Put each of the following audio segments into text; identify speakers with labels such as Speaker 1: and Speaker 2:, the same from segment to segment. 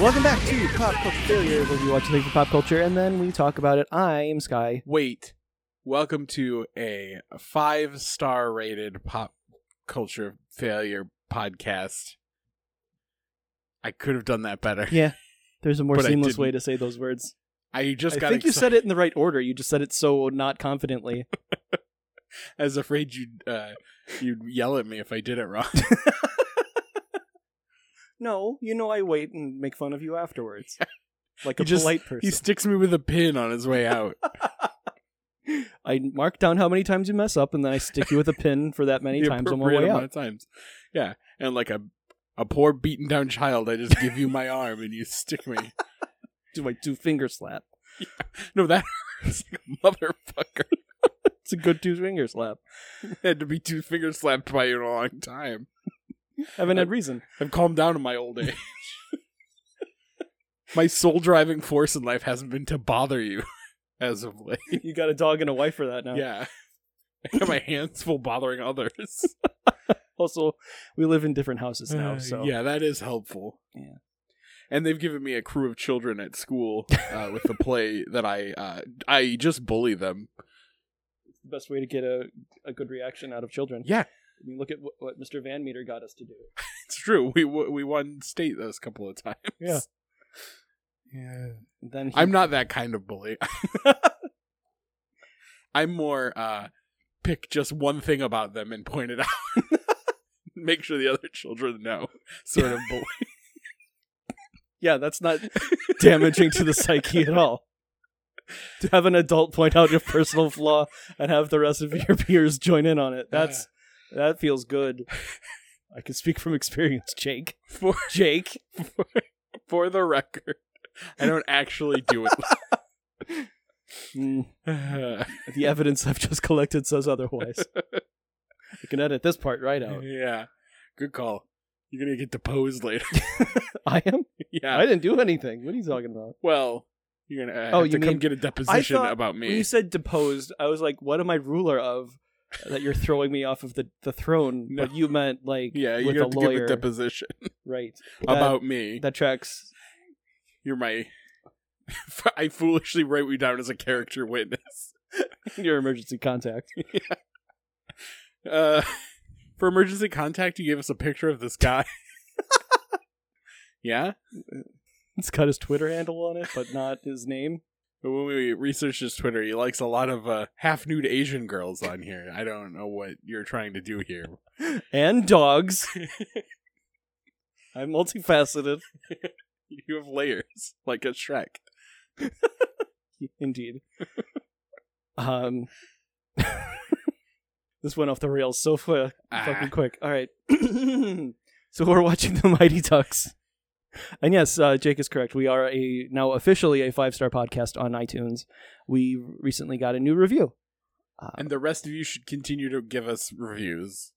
Speaker 1: Welcome back to Pop Culture Failure, where we watch something for pop culture and then we talk about it. I am Sky.
Speaker 2: Wait. Welcome to a five star rated pop culture failure podcast. I could have done that better.
Speaker 1: Yeah, there's a more
Speaker 2: But I
Speaker 1: seamless
Speaker 2: didn't.
Speaker 1: way to say those words.
Speaker 2: I just
Speaker 1: I
Speaker 2: got
Speaker 1: think you
Speaker 2: exci-
Speaker 1: said it in the right order. You just said it so not confidently.
Speaker 2: I was afraid you'd uh, you'd yell at me if I did it wrong.
Speaker 1: no, you know I wait and make fun of you afterwards, like
Speaker 2: You
Speaker 1: a
Speaker 2: just-
Speaker 1: polite
Speaker 2: he
Speaker 1: person.
Speaker 2: sticks me with a pin on his way out.
Speaker 1: I mark down how many times you mess up, and then I stick you with a pin for that many
Speaker 2: the
Speaker 1: times on my
Speaker 2: appropriate
Speaker 1: way
Speaker 2: amount
Speaker 1: out.
Speaker 2: of times. Yeah, and like a a poor beaten down child, I just give you my arm and you stick me.
Speaker 1: Do my two finger slap.
Speaker 2: No, that hurts like a motherfucker.
Speaker 1: It's a good two finger slap.
Speaker 2: Had to be two fingers slapped by you in a long time.
Speaker 1: Haven't
Speaker 2: Uh,
Speaker 1: had reason.
Speaker 2: I've calmed down in my old age. my sole driving force in life hasn't been to bother you as of late.
Speaker 1: You got a dog and a wife for that now.
Speaker 2: Yeah. I got my hands full bothering others.
Speaker 1: Also, we live in different houses now,
Speaker 2: Uh,
Speaker 1: so
Speaker 2: yeah, that is helpful.
Speaker 1: Yeah.
Speaker 2: and they've given me a crew of children at school uh, with the play that I uh, I just bully them.
Speaker 1: the best way to get a, a good reaction out of children.
Speaker 2: Yeah.
Speaker 1: I mean, look at what, what Mr. Van Meter got us to do.
Speaker 2: It's true. We w- we won state those couple of times.
Speaker 1: Yeah.
Speaker 2: yeah.
Speaker 1: Then he,
Speaker 2: I'm not that kind of bully. I'm more uh, pick just one thing about them and point it out. Make sure the other children know. Sort of bully.
Speaker 1: yeah, that's not damaging to the psyche at all. To have an adult point out your personal flaw and have the rest of your peers join in on it. That's that feels good. I can speak from experience, Jake.
Speaker 2: For-
Speaker 1: Jake.
Speaker 2: For the record, I don't actually do
Speaker 1: Mm,
Speaker 2: it.
Speaker 1: the evidence I've just collected says otherwise. I can edit this part right out.
Speaker 2: Yeah. Good call. You're gonna get deposed later.
Speaker 1: I am.
Speaker 2: yeah.
Speaker 1: I didn't do anything. What are you talking about?
Speaker 2: well, you're gonna uh,
Speaker 1: Oh,
Speaker 2: have
Speaker 1: you
Speaker 2: to come
Speaker 1: mean-
Speaker 2: get a deposition
Speaker 1: thought
Speaker 2: about
Speaker 1: When you
Speaker 2: me.
Speaker 1: said deposed, I was like, "What am I ruler of?" That you're throwing me off of the, the throne,
Speaker 2: No.
Speaker 1: but you meant like
Speaker 2: yeah,
Speaker 1: with
Speaker 2: you
Speaker 1: a
Speaker 2: have to give
Speaker 1: lawyer,
Speaker 2: a deposition
Speaker 1: right?
Speaker 2: about me.
Speaker 1: that tracks.
Speaker 2: You're my. I foolishly wrote you down as a character witness.
Speaker 1: Your emergency contact.
Speaker 2: Uh, for emergency contact, you gave us a picture of this guy. yeah.
Speaker 1: It's got his Twitter handle on it, but not his name.
Speaker 2: But when we researched his Twitter, he likes a lot of uh, half nude Asian girls on here. I don't know what you're trying to do here.
Speaker 1: And dogs. I'm multifaceted,
Speaker 2: You have layers, like a Shrek.
Speaker 1: indeed. Um, this went off the rails so fu-
Speaker 2: Ah.
Speaker 1: fucking quick. All right. so we're watching the Mighty Ducks. And yes, uh, Jake is correct. We are a now officially a five star podcast on iTunes. We recently got a new review. Uh,
Speaker 2: And the rest of you should continue to give us reviews,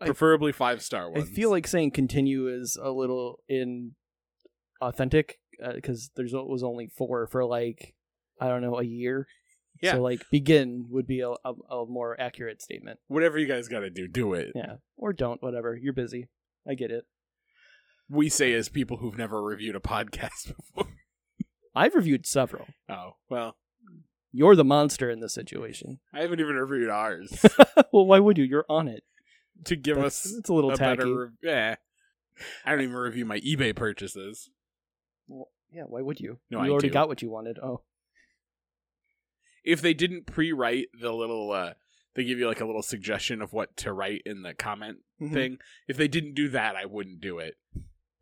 Speaker 1: I-
Speaker 2: preferably five star
Speaker 1: I
Speaker 2: ones.
Speaker 1: feel like saying continue is a little inauthentic because there's was only four for like I don't know a year.
Speaker 2: Yeah.
Speaker 1: So like begin would be a, a, a more accurate statement.
Speaker 2: whatever you guys got to do, do it.
Speaker 1: Yeah. Or don't. Whatever. You're busy. I get it.
Speaker 2: We say as people who've never reviewed a podcast before.
Speaker 1: I've reviewed several.
Speaker 2: Oh well,
Speaker 1: You're the monster in this situation.
Speaker 2: I haven't even reviewed ours
Speaker 1: well, why would you? You're on it.
Speaker 2: to give
Speaker 1: That's,
Speaker 2: us
Speaker 1: it's a little
Speaker 2: a
Speaker 1: tacky.
Speaker 2: better. Re- yeah, I don't even review my eBay purchases.
Speaker 1: yeah, why would you?
Speaker 2: No,
Speaker 1: you
Speaker 2: I
Speaker 1: already
Speaker 2: do.
Speaker 1: got what you wanted. Oh,
Speaker 2: If they didn't pre-write the little, uh, they give you like a little suggestion of what to write in the comment
Speaker 1: Mm-hmm.
Speaker 2: thing. If they didn't do that, I wouldn't do it.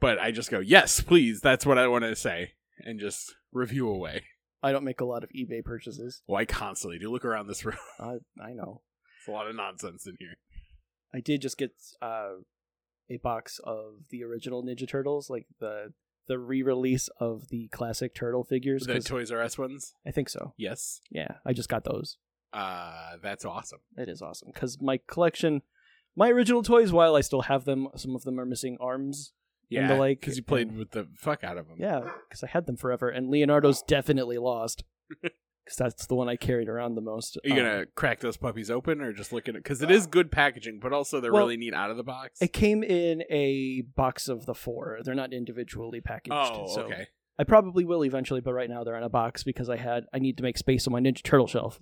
Speaker 2: But I just go, yes, please. That's what I want to say, and just review away.
Speaker 1: I don't make a lot of eBay purchases.
Speaker 2: Well, I constantly do. Look around this room.
Speaker 1: I I know.
Speaker 2: It's a lot of nonsense in here.
Speaker 1: I did just get uh, a box of the original Ninja Turtles, like the the re-release of the classic turtle figures.
Speaker 2: The
Speaker 1: 'cause
Speaker 2: Toys R Us ones?
Speaker 1: I think so.
Speaker 2: Yes.
Speaker 1: Yeah, I just got those.
Speaker 2: Uh, that's awesome.
Speaker 1: It is awesome because my collection, my original toys, while I still have them, some of them are missing arms
Speaker 2: Yeah.
Speaker 1: the like,
Speaker 2: Because you played
Speaker 1: and-
Speaker 2: with the fuck out of them.
Speaker 1: Yeah, because I had them forever, and Leonardo's definitely lost. because that's the one I carried around the most.
Speaker 2: Are you
Speaker 1: Um, uh,
Speaker 2: gonna crack those puppies open or just look at it? Because it is good packaging, but also they're
Speaker 1: Well,
Speaker 2: really neat out of the box.
Speaker 1: It came in a box of the four. They're not individually packaged.
Speaker 2: oh,
Speaker 1: so
Speaker 2: okay.
Speaker 1: I probably will eventually, but right now they're in a box because I had I need to make space on my Ninja Turtle shelf.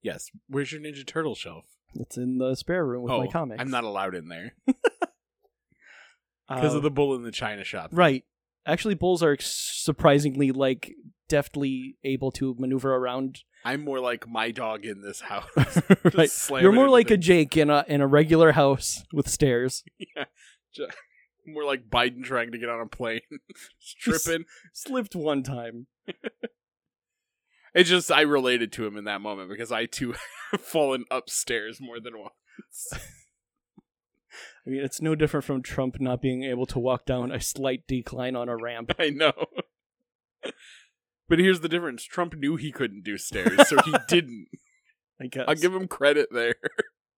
Speaker 2: Yes. Where's your Ninja Turtle shelf?
Speaker 1: It's in the spare room with
Speaker 2: oh,
Speaker 1: my comics.
Speaker 2: I'm not allowed in there because
Speaker 1: Um,
Speaker 2: of the bull in the china shop.
Speaker 1: Right. Actually, bulls are surprisingly like deftly able to maneuver around.
Speaker 2: I'm more like my dog in this house. Just
Speaker 1: right.
Speaker 2: slamming
Speaker 1: You're more
Speaker 2: into
Speaker 1: like
Speaker 2: the-
Speaker 1: a Jake in a in a regular house with stairs,
Speaker 2: more like Biden trying to get on a plane, tripping.
Speaker 1: slipped one time.
Speaker 2: It's just I related to him in that moment because I too have fallen upstairs more than once.
Speaker 1: I mean, it's no different from Trump not being able to walk down a slight decline on a ramp.
Speaker 2: I know. But here's the difference: Trump knew he couldn't do stairs, so he didn't.
Speaker 1: I guess.
Speaker 2: I'll give him credit there.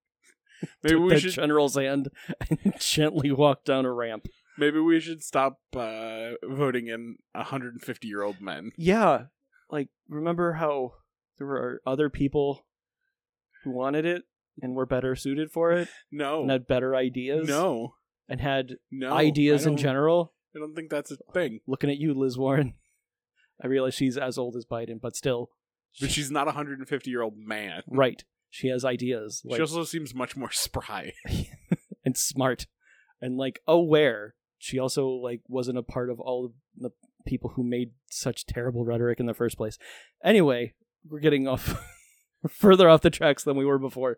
Speaker 2: maybe
Speaker 1: Took
Speaker 2: we
Speaker 1: that
Speaker 2: should.
Speaker 1: general's hand and gently walk down a ramp.
Speaker 2: Maybe we should stop uh, voting in 150 year old men.
Speaker 1: Yeah, like remember how there were other people who wanted it and were better suited for it
Speaker 2: No,
Speaker 1: and had better ideas.
Speaker 2: no,
Speaker 1: and had
Speaker 2: no.
Speaker 1: ideas
Speaker 2: I
Speaker 1: in
Speaker 2: don't-
Speaker 1: general.
Speaker 2: I don't think that's a thing.
Speaker 1: Looking at you, Liz Warren. I realize she's as old as Biden, but still,
Speaker 2: But she's not a 150 year old man.
Speaker 1: right. She has ideas like,
Speaker 2: she also seems much more spry.
Speaker 1: and smart and like aware. She also like wasn't a part of all of the people who made such terrible rhetoric in the first place. Anyway, we're getting off further off the tracks than we were before.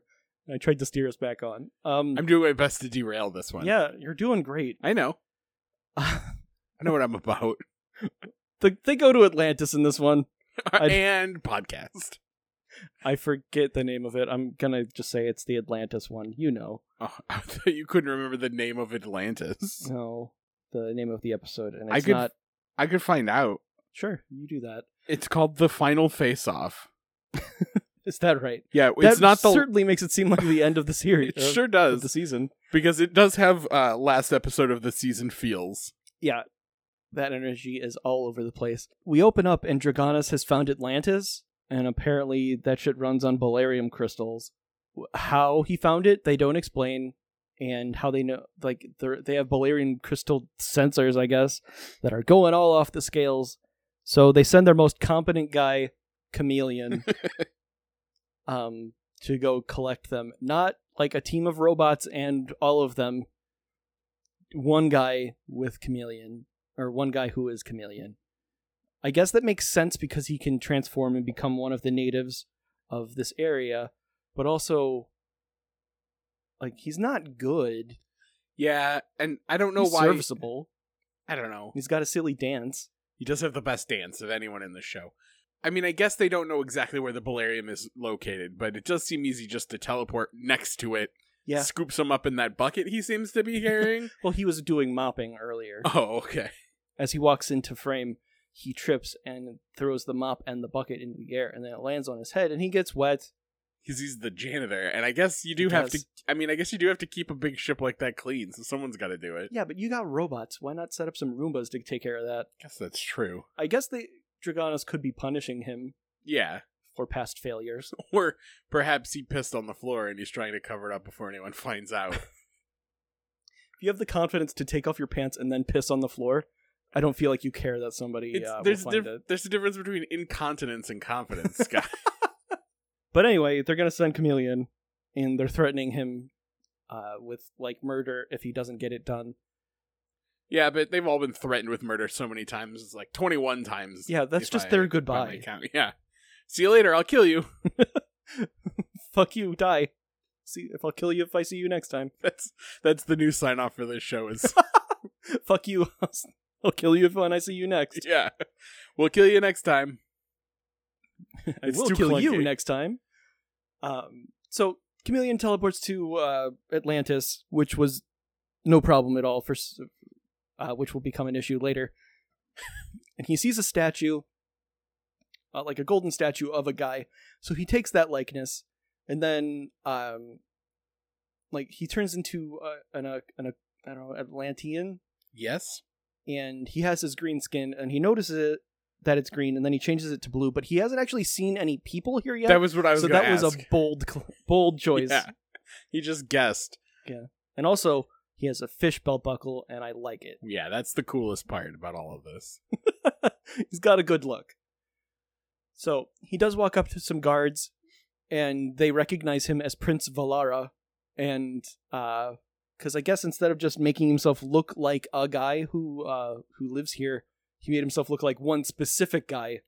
Speaker 1: I tried to steer us back on. Um,
Speaker 2: I'm doing my best to derail this one.
Speaker 1: yeah, you're doing great.
Speaker 2: I know. I know what I'm about.
Speaker 1: The, they go to Atlantis in this one. I'd-
Speaker 2: and podcast.
Speaker 1: I forget the name of it. I'm gonna just say it's the Atlantis one. You know,
Speaker 2: Oh, I thought you couldn't remember the name of Atlantis.
Speaker 1: no, the name of the episode, and
Speaker 2: I
Speaker 1: it's
Speaker 2: could-
Speaker 1: not.
Speaker 2: I could find out.
Speaker 1: Sure, you do that.
Speaker 2: It's called the Final Face Off.
Speaker 1: Is that right?
Speaker 2: Yeah,
Speaker 1: that
Speaker 2: it's not the.
Speaker 1: certainly makes it seem like the end of the series.
Speaker 2: it sure
Speaker 1: of, of the
Speaker 2: does
Speaker 1: season.
Speaker 2: because it does have uh, last episode of the season feels.
Speaker 1: Yeah, that energy is all over the place. We open up, and Dragonis has found Atlantis, and apparently that shit runs on Bolarium crystals. W- How he found it, they don't explain, and how they know, like, they're- they have Bolarium crystal sensors, I guess, that are going all off the scales. So they send their most competent guy, Chameleon, um, to go collect them. Not like a team of robots and all of them, one guy with chameleon or one guy who is chameleon. I guess that makes sense because he can transform and become one of the natives of this area, but also like he's not good.
Speaker 2: Yeah, and I don't know
Speaker 1: he's
Speaker 2: why.
Speaker 1: serviceable.
Speaker 2: I don't know.
Speaker 1: He's got a silly dance.
Speaker 2: He does have the best dance of anyone in the show. I mean, I guess they don't know exactly where the Bolarium is located, but it does seem easy just to teleport next to it,
Speaker 1: Yeah.
Speaker 2: scoop some up in that bucket he seems to be carrying.
Speaker 1: Well, he was doing mopping earlier.
Speaker 2: oh, okay.
Speaker 1: As he walks into frame, he trips and throws the mop and the bucket into the air, and then it lands on his head, and he gets wet.
Speaker 2: Because he's the janitor, and I guess you do
Speaker 1: He
Speaker 2: have
Speaker 1: does.
Speaker 2: to. I mean, I guess you do have to keep a big ship like that clean, so someone's got to do it.
Speaker 1: Yeah, but you got robots. Why not set up some Roombas to take care of that?
Speaker 2: I guess that's true.
Speaker 1: I guess they Dragonis could be punishing him
Speaker 2: Yeah,
Speaker 1: for past failures.
Speaker 2: or perhaps he pissed on the floor and he's trying to cover it up before anyone finds out.
Speaker 1: If you have the confidence to take off your pants and then piss on the floor, I don't feel like you care that somebody
Speaker 2: It's,
Speaker 1: uh, will
Speaker 2: there's a
Speaker 1: find
Speaker 2: diff-
Speaker 1: it.
Speaker 2: there's a difference between incontinence and confidence, Scott.
Speaker 1: But anyway, they're gonna send Chameleon, and they're threatening him uh, with like murder if he doesn't get it done.
Speaker 2: Yeah, but they've all been threatened with murder so many times. It's like 21 times.
Speaker 1: Yeah, that's
Speaker 2: if
Speaker 1: just
Speaker 2: I-
Speaker 1: their
Speaker 2: by my
Speaker 1: goodbye.
Speaker 2: count. Yeah. See you later. I'll kill you.
Speaker 1: Fuck you, die. See if I'll kill you if I see you next time.
Speaker 2: That's that's the new sign off for this show is
Speaker 1: Fuck you. I'll kill you if when I see you next.
Speaker 2: yeah. We'll kill you next time.
Speaker 1: I
Speaker 2: It's
Speaker 1: will
Speaker 2: too
Speaker 1: kill you
Speaker 2: clunky.
Speaker 1: next time. Um, so Chameleon teleports to uh, Atlantis, which was no problem at all for, s- uh, which will become an issue later. and he sees a statue, uh, like a golden statue of a guy. So he takes that likeness, and then um, like he turns into uh, an uh, an uh, I don't know Atlantean,
Speaker 2: Yes.
Speaker 1: and he has his green skin, and he notices that it's green, and then he changes it to blue. But he hasn't actually seen any people here yet.
Speaker 2: That was what I was.
Speaker 1: so
Speaker 2: gonna
Speaker 1: that was
Speaker 2: ask.
Speaker 1: a bold, cl- bold choice.
Speaker 2: Yeah. He just guessed.
Speaker 1: And also, he has a fish belt buckle, and I like it.
Speaker 2: Yeah, that's the coolest part about all of this.
Speaker 1: He's got a good look. So he does walk up to some guards, and they recognize him as Prince Valara, and because I guess instead of just making himself look like a guy who uh, who lives here, he made himself look like one specific guy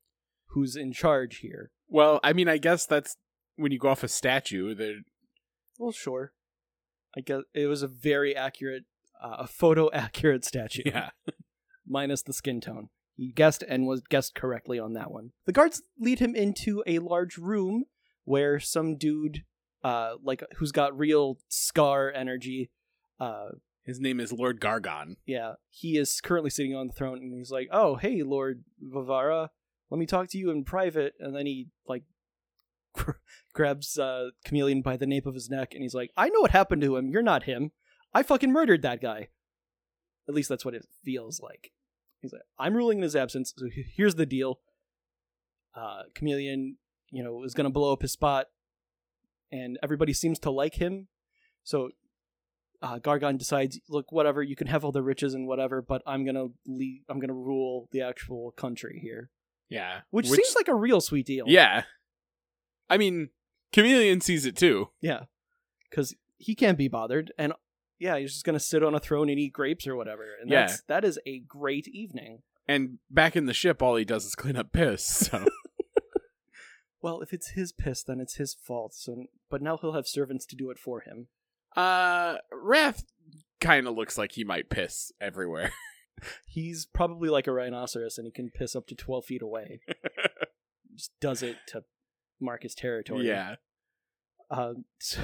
Speaker 1: who's in charge here.
Speaker 2: Well, I mean, I guess that's when you go off a statue. There,
Speaker 1: Well, sure. I guess it was a very accurate, uh, a photo accurate statue.
Speaker 2: yeah,
Speaker 1: minus the skin tone. He guessed and was guessed correctly on that one. The guards lead him into a large room where some dude, uh, like who's got real scar energy, uh,
Speaker 2: his name is Lord Gargon.
Speaker 1: yeah, he is currently sitting on the throne, and he's like, "Oh, hey, Lord Vivara, let me talk to you in private." And then he like gr- grabs uh, Chameleon by the nape of his neck, and he's like, "I know what happened to him. You're not him. I fucking murdered that guy." At least that's what it feels like. He's like, "I'm ruling in his absence. So he- here's the deal." Uh, Chameleon, you know, is gonna blow up his spot, and everybody seems to like him. So uh, Gargon decides, look, whatever, you can have all the riches and whatever, but I'm gonna lead, I'm gonna rule the actual country here,
Speaker 2: Yeah,
Speaker 1: which, seems like a real sweet deal.
Speaker 2: yeah. I mean, Chameleon sees it too.
Speaker 1: yeah, because he can't be bothered, and yeah, he's just gonna sit on a throne and eat grapes or whatever, and
Speaker 2: Yeah.
Speaker 1: that's that is a great evening.
Speaker 2: And back in the ship, all he does is clean up piss. So
Speaker 1: Well, if it's his piss, then it's his fault. So, but now he'll have servants to do it for him.
Speaker 2: Uh, Wrath kind of looks like he might piss everywhere.
Speaker 1: He's probably like a rhinoceros, and he can piss up to twelve feet away. just does it to mark his territory.
Speaker 2: yeah.
Speaker 1: Uh, so,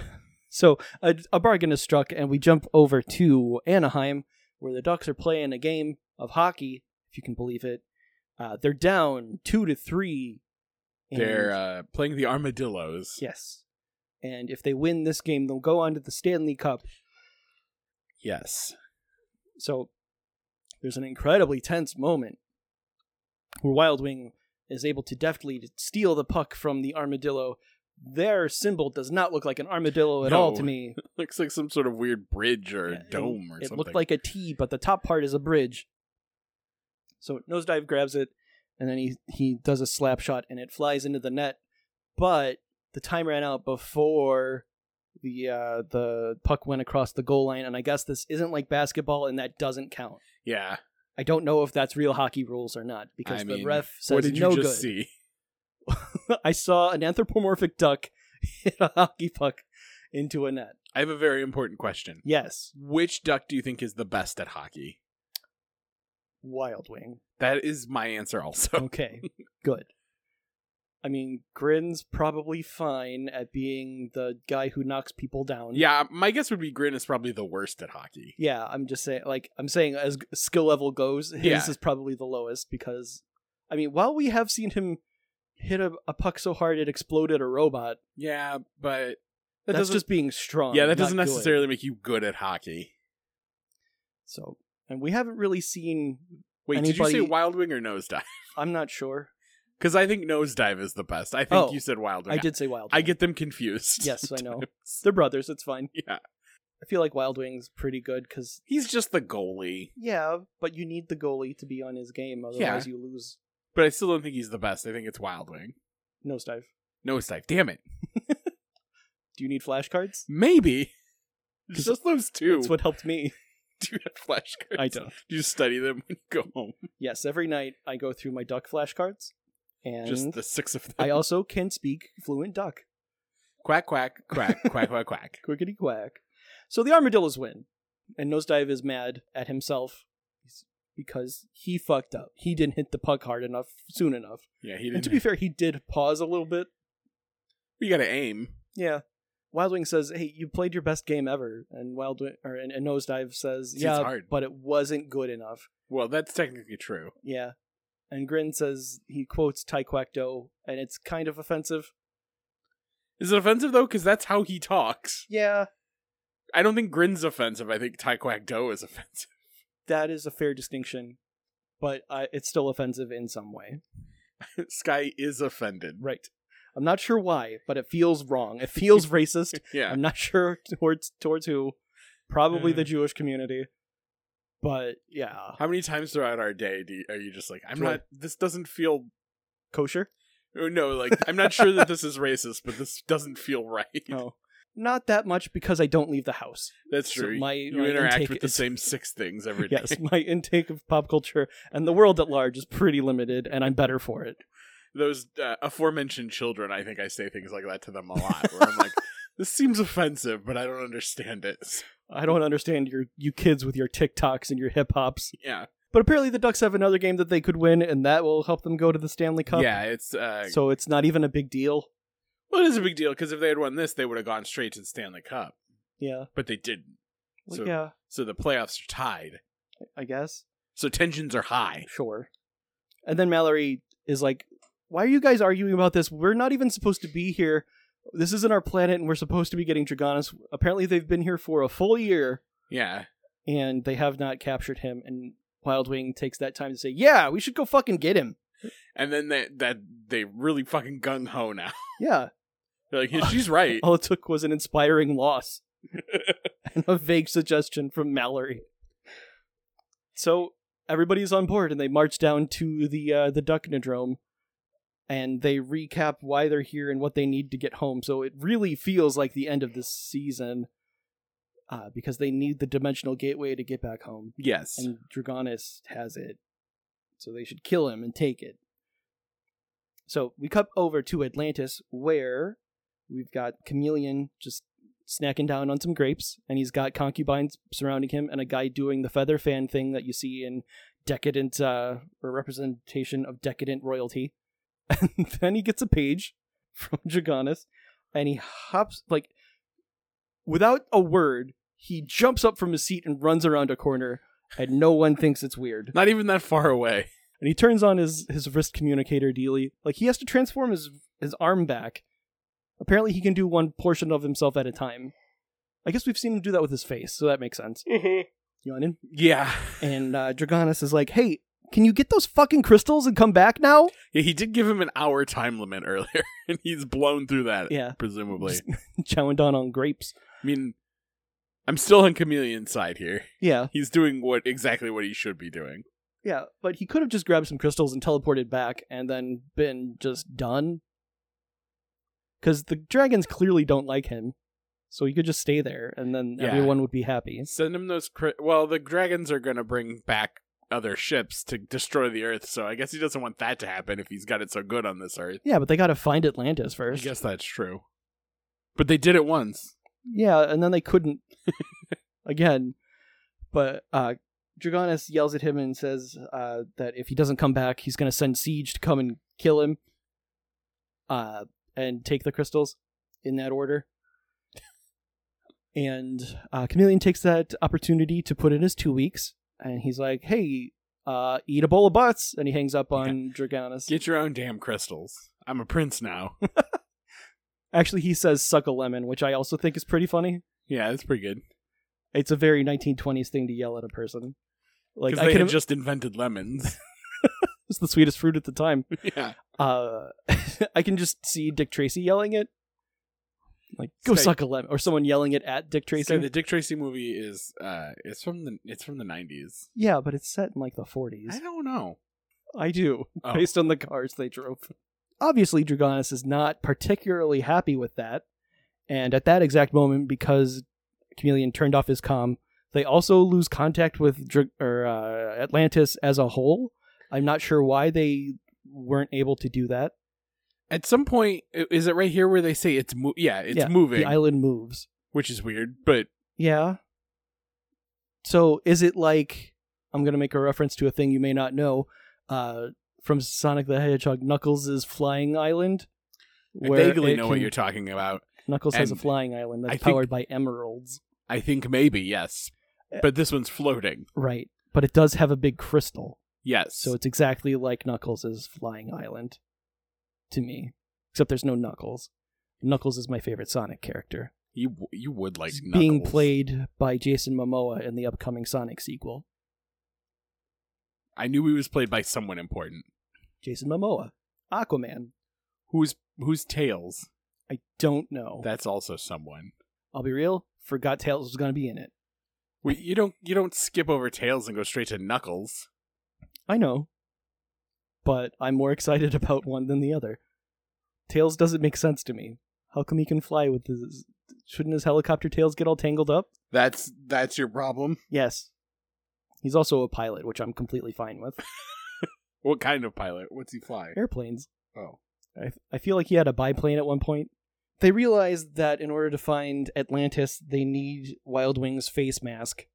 Speaker 1: so a, a bargain is struck, and we jump over to Anaheim, where the Ducks are playing a game of hockey, if you can believe it. Uh, they're down two to three. and-
Speaker 2: They're uh, playing the armadillos.
Speaker 1: yes, and if they win this game, they'll go on to the Stanley Cup.
Speaker 2: Yes.
Speaker 1: So there's an incredibly tense moment where Wild Wing is able to deftly steal the puck from the armadillo. Their symbol does not look like an armadillo at all
Speaker 2: No.
Speaker 1: to me.
Speaker 2: Looks like some sort of weird bridge or
Speaker 1: Yeah, it-
Speaker 2: dome or
Speaker 1: it
Speaker 2: something.
Speaker 1: looked like a T, but the top part is a bridge. So nosedive grabs it, and then he he does a slap shot, and it flies into the net. But the time ran out before the uh, the puck went across the goal line, and I guess this isn't like basketball, and that doesn't count.
Speaker 2: yeah.
Speaker 1: I don't know if that's real hockey rules or not because
Speaker 2: I
Speaker 1: the
Speaker 2: mean,
Speaker 1: ref says
Speaker 2: what did you
Speaker 1: no
Speaker 2: just
Speaker 1: good.
Speaker 2: see?
Speaker 1: I saw an anthropomorphic duck hit a hockey puck into a net.
Speaker 2: I have a very important question.
Speaker 1: Yes,
Speaker 2: Which duck do you think is the best at hockey?
Speaker 1: Wild Wing.
Speaker 2: That is my answer also.
Speaker 1: Okay, good. I mean, Grin's probably fine at being the guy who knocks people down.
Speaker 2: yeah, my guess would be Grin is probably the worst at hockey.
Speaker 1: Yeah, I'm just saying, like, I'm saying as g- skill level goes, his
Speaker 2: Yeah.
Speaker 1: is probably the lowest because, I mean, while we have seen him hit a, a puck so hard it exploded a robot,
Speaker 2: Yeah, but that
Speaker 1: that's
Speaker 2: doesn't
Speaker 1: just being strong.
Speaker 2: Yeah, that
Speaker 1: not
Speaker 2: doesn't
Speaker 1: good.
Speaker 2: necessarily make you good at hockey.
Speaker 1: So, and we haven't really seen,
Speaker 2: Wait, did you
Speaker 1: Anybody-
Speaker 2: say wild wing or nosedive?
Speaker 1: I'm not sure.
Speaker 2: Because I think nosedive is the best. I think
Speaker 1: Oh,
Speaker 2: you said wild.
Speaker 1: I
Speaker 2: Wing.
Speaker 1: did say Wild
Speaker 2: I
Speaker 1: Wing.
Speaker 2: get them confused.
Speaker 1: Yes, I know.
Speaker 2: sometimes.
Speaker 1: They're brothers, it's fine.
Speaker 2: yeah,
Speaker 1: I feel like Wild Wing's pretty good because
Speaker 2: he's just the goalie,
Speaker 1: Yeah, but you need the goalie to be on his game, otherwise you lose
Speaker 2: but I still don't think he's the best. I think it's wild wing.
Speaker 1: nosedive.
Speaker 2: Nosedive. Damn it.
Speaker 1: Do you need flashcards?
Speaker 2: Maybe. It's
Speaker 1: 'Cause
Speaker 2: just those two.
Speaker 1: That's what helped me.
Speaker 2: do you have flashcards?
Speaker 1: I don't.
Speaker 2: Do you study them when you go home?
Speaker 1: Yes, every night I go through my duck flashcards, and
Speaker 2: Just the six of them.
Speaker 1: I also can speak fluent duck.
Speaker 2: quack quack quack quack quack quack.
Speaker 1: Quickety quack. So the armadillos win, and nosedive is mad at himself because he fucked up. He didn't hit the puck hard enough, soon enough.
Speaker 2: Yeah, he
Speaker 1: And
Speaker 2: didn't.
Speaker 1: to be fair, he did pause a little bit.
Speaker 2: you gotta aim.
Speaker 1: Yeah. Wild Wing says, "Hey, you played your best game ever," and Wild Wing, or and, and Nosedive says,
Speaker 2: It's
Speaker 1: "Yeah,
Speaker 2: hard."
Speaker 1: but it wasn't good enough."
Speaker 2: Well, that's technically true.
Speaker 1: Yeah, and Grin says he quotes Taekwondo, and it's kind of offensive.
Speaker 2: Is it offensive though? Because that's how he talks.
Speaker 1: Yeah,
Speaker 2: I don't think Grin's offensive. I think Taekwondo is offensive.
Speaker 1: that is a fair distinction, but uh, it's still offensive in some way.
Speaker 2: Sky is offended.
Speaker 1: Right. I'm not sure why, but it feels wrong. It feels racist.
Speaker 2: Yeah. Mm.
Speaker 1: I'm not sure towards towards who. Probably
Speaker 2: Yeah.
Speaker 1: the Jewish community. But yeah,
Speaker 2: How many times throughout our day do you, are you just like, I'm
Speaker 1: Right.
Speaker 2: not, this doesn't feel,
Speaker 1: kosher.
Speaker 2: or no, like, I'm not sure that this is racist, but this doesn't feel right.
Speaker 1: No, not that much because I don't leave the house.
Speaker 2: That's
Speaker 1: Oh, So
Speaker 2: true.
Speaker 1: my-
Speaker 2: you
Speaker 1: my
Speaker 2: interact
Speaker 1: intake
Speaker 2: with the
Speaker 1: is-
Speaker 2: same six things every day.
Speaker 1: Yes, my intake of pop culture and the world at large is pretty limited, and I'm better for it.
Speaker 2: Those uh, aforementioned children, I think I say things like that to them a lot, where I'm like, this seems offensive, but I don't understand it.
Speaker 1: I don't understand your you kids with your TikToks and your hip hops.
Speaker 2: Yeah.
Speaker 1: But apparently, the Ducks have another game that they could win, and that will help them go to the Stanley Cup.
Speaker 2: Yeah, it's, uh,
Speaker 1: So it's not even a big deal.
Speaker 2: well, it is a big deal because if they had won this, they would have gone straight to the Stanley Cup,
Speaker 1: Yeah.
Speaker 2: but they didn't.
Speaker 1: Well,
Speaker 2: So-
Speaker 1: yeah,
Speaker 2: So the playoffs are tied.
Speaker 1: I guess.
Speaker 2: So tensions are high.
Speaker 1: Sure. And then Mallory is like, Why are you guys arguing about this? We're not even supposed to be here. This isn't our planet, and we're supposed to be getting Dragonis. Apparently, they've been here for a full year,
Speaker 2: Yeah.
Speaker 1: and they have not captured him. And Wild Wing takes that time to say, Yeah, we should go fucking get him.
Speaker 2: And then they, that they really fucking gung ho now.
Speaker 1: Yeah.
Speaker 2: They're like, yeah, she's right.
Speaker 1: All it took was an inspiring loss and a vague suggestion from Mallory. So everybody's on board and they march down to the uh, the Ducknodrome and they recap why they're here and what they need to get home. So it really feels like the end of this season uh, because they need the dimensional gateway to get back home.
Speaker 2: Yes.
Speaker 1: And Dragonis has it. So they should kill him and take it. So we cut over to Atlantis where we've got Chameleon just snacking down on some grapes and he's got concubines surrounding him and a guy doing the feather fan thing that you see in decadent uh or representation of decadent royalty. And then he gets a page from Dragonis and he hops like without a word, he jumps up from his seat and runs around a corner and no one thinks it's weird.
Speaker 2: Not even that far away.
Speaker 1: And he turns on his his wrist communicator dealy. Like he has to transform his his arm back. Apparently, he can do one portion of himself at a time. I guess we've seen him do that with his face, so that makes sense. Yawning.
Speaker 2: Yeah.
Speaker 1: And uh, Dragonis is like, "Hey, can you get those fucking crystals and come back now?"
Speaker 2: yeah. He did give him an hour time limit earlier, and he's blown through that,
Speaker 1: Yeah,
Speaker 2: presumably.
Speaker 1: Just- chowing down on grapes.
Speaker 2: I mean, I'm still on Chameleon's side here.
Speaker 1: Yeah,
Speaker 2: He's doing what exactly what he should be doing.
Speaker 1: yeah. But he could have just grabbed some crystals and teleported back, and then been just done. Because the dragons clearly don't like him, so he could just stay there, and then
Speaker 2: Yeah.
Speaker 1: everyone would be happy.
Speaker 2: Send him those. Cri- well, the dragons are going to bring back other ships to destroy the Earth, so I guess he doesn't want that to happen if he's got it so good on this Earth.
Speaker 1: Yeah, but they got to find Atlantis
Speaker 2: I
Speaker 1: first.
Speaker 2: guess that's true. But they did it once.
Speaker 1: Yeah, and then they couldn't again. But uh Dragonis yells at him and says uh that if he doesn't come back, he's going to send Siege to come and kill him uh and take the crystals in that order. And uh Chameleon takes that opportunity to put in his 2 weeks and he's like, "Hey, uh eat a bowl of butts." And he hangs up on Dragonis.
Speaker 2: Get your own damn crystals. I'm a prince now.
Speaker 1: Actually, he says suck a lemon, which I also think is pretty funny.
Speaker 2: yeah, that's pretty good.
Speaker 1: it's a very 1920s thing to yell at a person. Like
Speaker 2: Because
Speaker 1: I
Speaker 2: they
Speaker 1: can
Speaker 2: had
Speaker 1: just...
Speaker 2: just invented lemons.
Speaker 1: it's the sweetest fruit at the time.
Speaker 2: yeah.
Speaker 1: Uh, I can just see Dick Tracy yelling it. Like go
Speaker 2: Say-
Speaker 1: suck a lemon, or someone yelling it at Dick Tracy.
Speaker 2: So the Dick Tracy movie is uh it's from the it's from the nineties.
Speaker 1: Yeah, but it's set in like the
Speaker 2: I
Speaker 1: 40s.
Speaker 2: don't know.
Speaker 1: I, do,
Speaker 2: Oh.
Speaker 1: based on the cars they drove. Obviously, Dragonis is not particularly happy with that, and at that exact moment, because Chameleon turned off his comm, they also lose contact with Dra- or uh, Atlantis as a whole. I'm not sure why they weren't able to do that.
Speaker 2: At some point i- is it right here where they say it's mo- yeah, it's
Speaker 1: Yeah,
Speaker 2: moving,
Speaker 1: The island moves.
Speaker 2: which is weird, but
Speaker 1: Yeah. So is it like I'm gonna make a reference to a thing you may not know, uh, from Sonic the Hedgehog, Knuckles' flying island.
Speaker 2: I vaguely
Speaker 1: it
Speaker 2: know what
Speaker 1: can-
Speaker 2: you're talking about.
Speaker 1: Knuckles has a
Speaker 2: and
Speaker 1: flying island that's
Speaker 2: I think-
Speaker 1: powered by emeralds,
Speaker 2: I think maybe, yes.
Speaker 1: Uh,
Speaker 2: But this one's floating.
Speaker 1: right? But it does have a big crystal,
Speaker 2: Yes.
Speaker 1: so it's exactly like Knuckles' flying island, to me. Except there's no Knuckles. Knuckles is my favorite Sonic character.
Speaker 2: you w- you would like
Speaker 1: He's being
Speaker 2: Knuckles.
Speaker 1: played by Jason Momoa in the upcoming Sonic sequel.
Speaker 2: I knew he was played by someone important.
Speaker 1: Jason Momoa, Aquaman.
Speaker 2: Who's who's Tails?
Speaker 1: I don't know.
Speaker 2: That's also someone.
Speaker 1: I'll be real. Forgot Tails was gonna be in it.
Speaker 2: Wait, you don't you don't skip over Tails and go straight to Knuckles.
Speaker 1: I know, but I'm more excited about one than the other. Tails doesn't make sense to me. How come he can fly with his? Shouldn't his helicopter tails get all tangled up?
Speaker 2: That's that's your problem.
Speaker 1: Yes. He's also a pilot, which I'm completely fine with.
Speaker 2: What kind of pilot? What's he fly?
Speaker 1: Airplanes.
Speaker 2: Oh.
Speaker 1: I, I feel like he had a biplane at one point. They realized that in order to find Atlantis, they need Wild Wing's face mask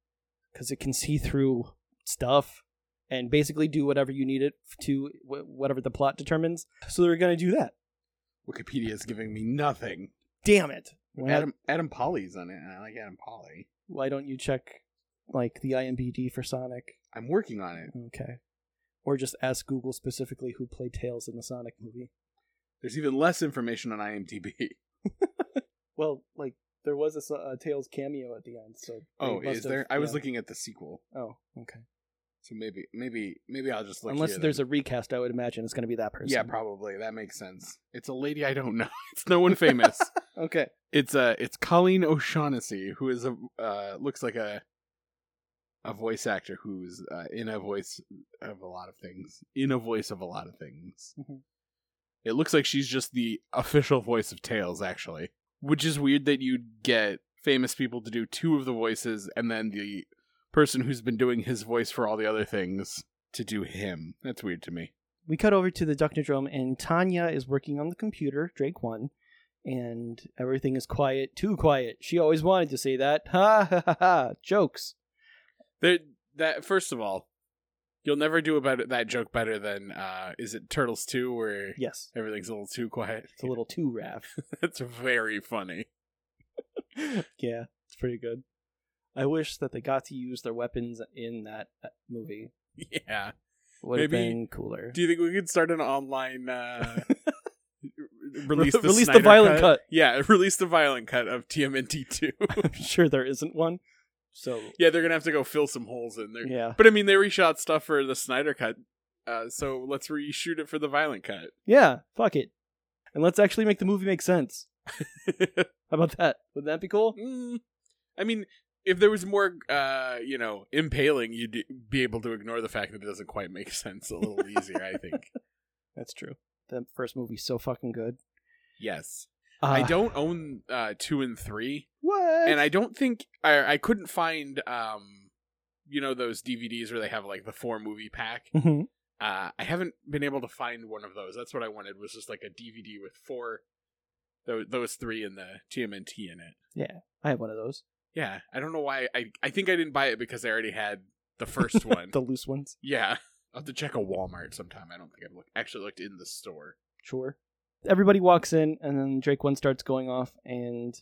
Speaker 1: because it can see through stuff and basically do whatever you need it to, wh- whatever the plot determines. So they're going to do that.
Speaker 2: Wikipedia is giving me nothing.
Speaker 1: Damn it. Why,
Speaker 2: Adam Adam Polly's on it, and I like Adam Polly.
Speaker 1: why don't you check, like, the IMBD for Sonic?
Speaker 2: I'm working on it.
Speaker 1: Okay. Or just ask Google specifically who played Tails in the Sonic movie.
Speaker 2: There's even less information on IMDb.
Speaker 1: Well, like, there was a, Sa- a Tails cameo at the end, so. they
Speaker 2: Oh,
Speaker 1: must
Speaker 2: is
Speaker 1: have-
Speaker 2: there? I was
Speaker 1: yeah.
Speaker 2: looking at the sequel,
Speaker 1: Oh, okay.
Speaker 2: so maybe maybe maybe I'll just look.
Speaker 1: Unless
Speaker 2: here
Speaker 1: there's
Speaker 2: then.
Speaker 1: a recast, I would imagine it's going to be that person.
Speaker 2: yeah, probably that makes sense. It's a lady I don't know. It's no one famous.
Speaker 1: Okay.
Speaker 2: it's uh it's Colleen O'Shaughnessy who is a uh looks like a a voice actor who's uh, in a voice of a lot of things in a voice of a lot of things
Speaker 1: Mhm.
Speaker 2: it looks like she's just the official voice of tails actually which is weird that you'd get famous people to do two of the voices and then the person who's been doing his voice for all the other things to do him that's weird to me
Speaker 1: We cut over to the Ducknodrome, and Tanya is working on the computer, Drake 1, and everything is quiet, too quiet. She always wanted to say that. Ha ha ha ha. Jokes.
Speaker 2: There, that first of all, you'll never do about that joke better than uh, is it Turtles two where
Speaker 1: Yes.
Speaker 2: everything's a little too quiet.
Speaker 1: It's a little too raff.
Speaker 2: That's very funny.
Speaker 1: yeah, it's pretty good. I wish that they got to use their weapons in that uh, movie.
Speaker 2: Yeah.
Speaker 1: Would have
Speaker 2: Maybe-
Speaker 1: been cooler.
Speaker 2: Do you think we could start an online uh, release the
Speaker 1: Release the
Speaker 2: Snyder
Speaker 1: violent cut.
Speaker 2: Yeah, release the violent cut of TMNT two.
Speaker 1: I'm sure there isn't one. So,
Speaker 2: yeah, they're gonna have to go fill some holes in there.
Speaker 1: yeah.
Speaker 2: But I mean, they reshot stuff for the Snyder cut, uh, so let's reshoot it for the violent cut.
Speaker 1: Yeah, fuck it. And let's actually make the movie make sense. How about that? Would that be cool?
Speaker 2: Mm, I mean, if there was more, uh, you know, impaling, you'd be able to ignore the fact that it doesn't quite make sense a little easier. I think.
Speaker 1: That's true. The first movie's so fucking good. Ah,
Speaker 2: Yes, I don't own uh, two and three,
Speaker 1: What?
Speaker 2: and I don't think I, I couldn't find, um, you know, those DVDs where they have like the four movie pack.
Speaker 1: Mhm.
Speaker 2: Uh, I haven't been able to find one of those. That's what I wanted was just like a DVD with four, those, those three and the TMNT in it.
Speaker 1: I have one of those.
Speaker 2: Yeah, I don't know why. I I think I didn't buy it because I already had the first one.
Speaker 1: The loose ones.
Speaker 2: Yeah. I'll have to check a Walmart sometime. I don't think I've looked, actually looked in the store.
Speaker 1: Sure. Everybody walks in, and then Drake One starts going off, and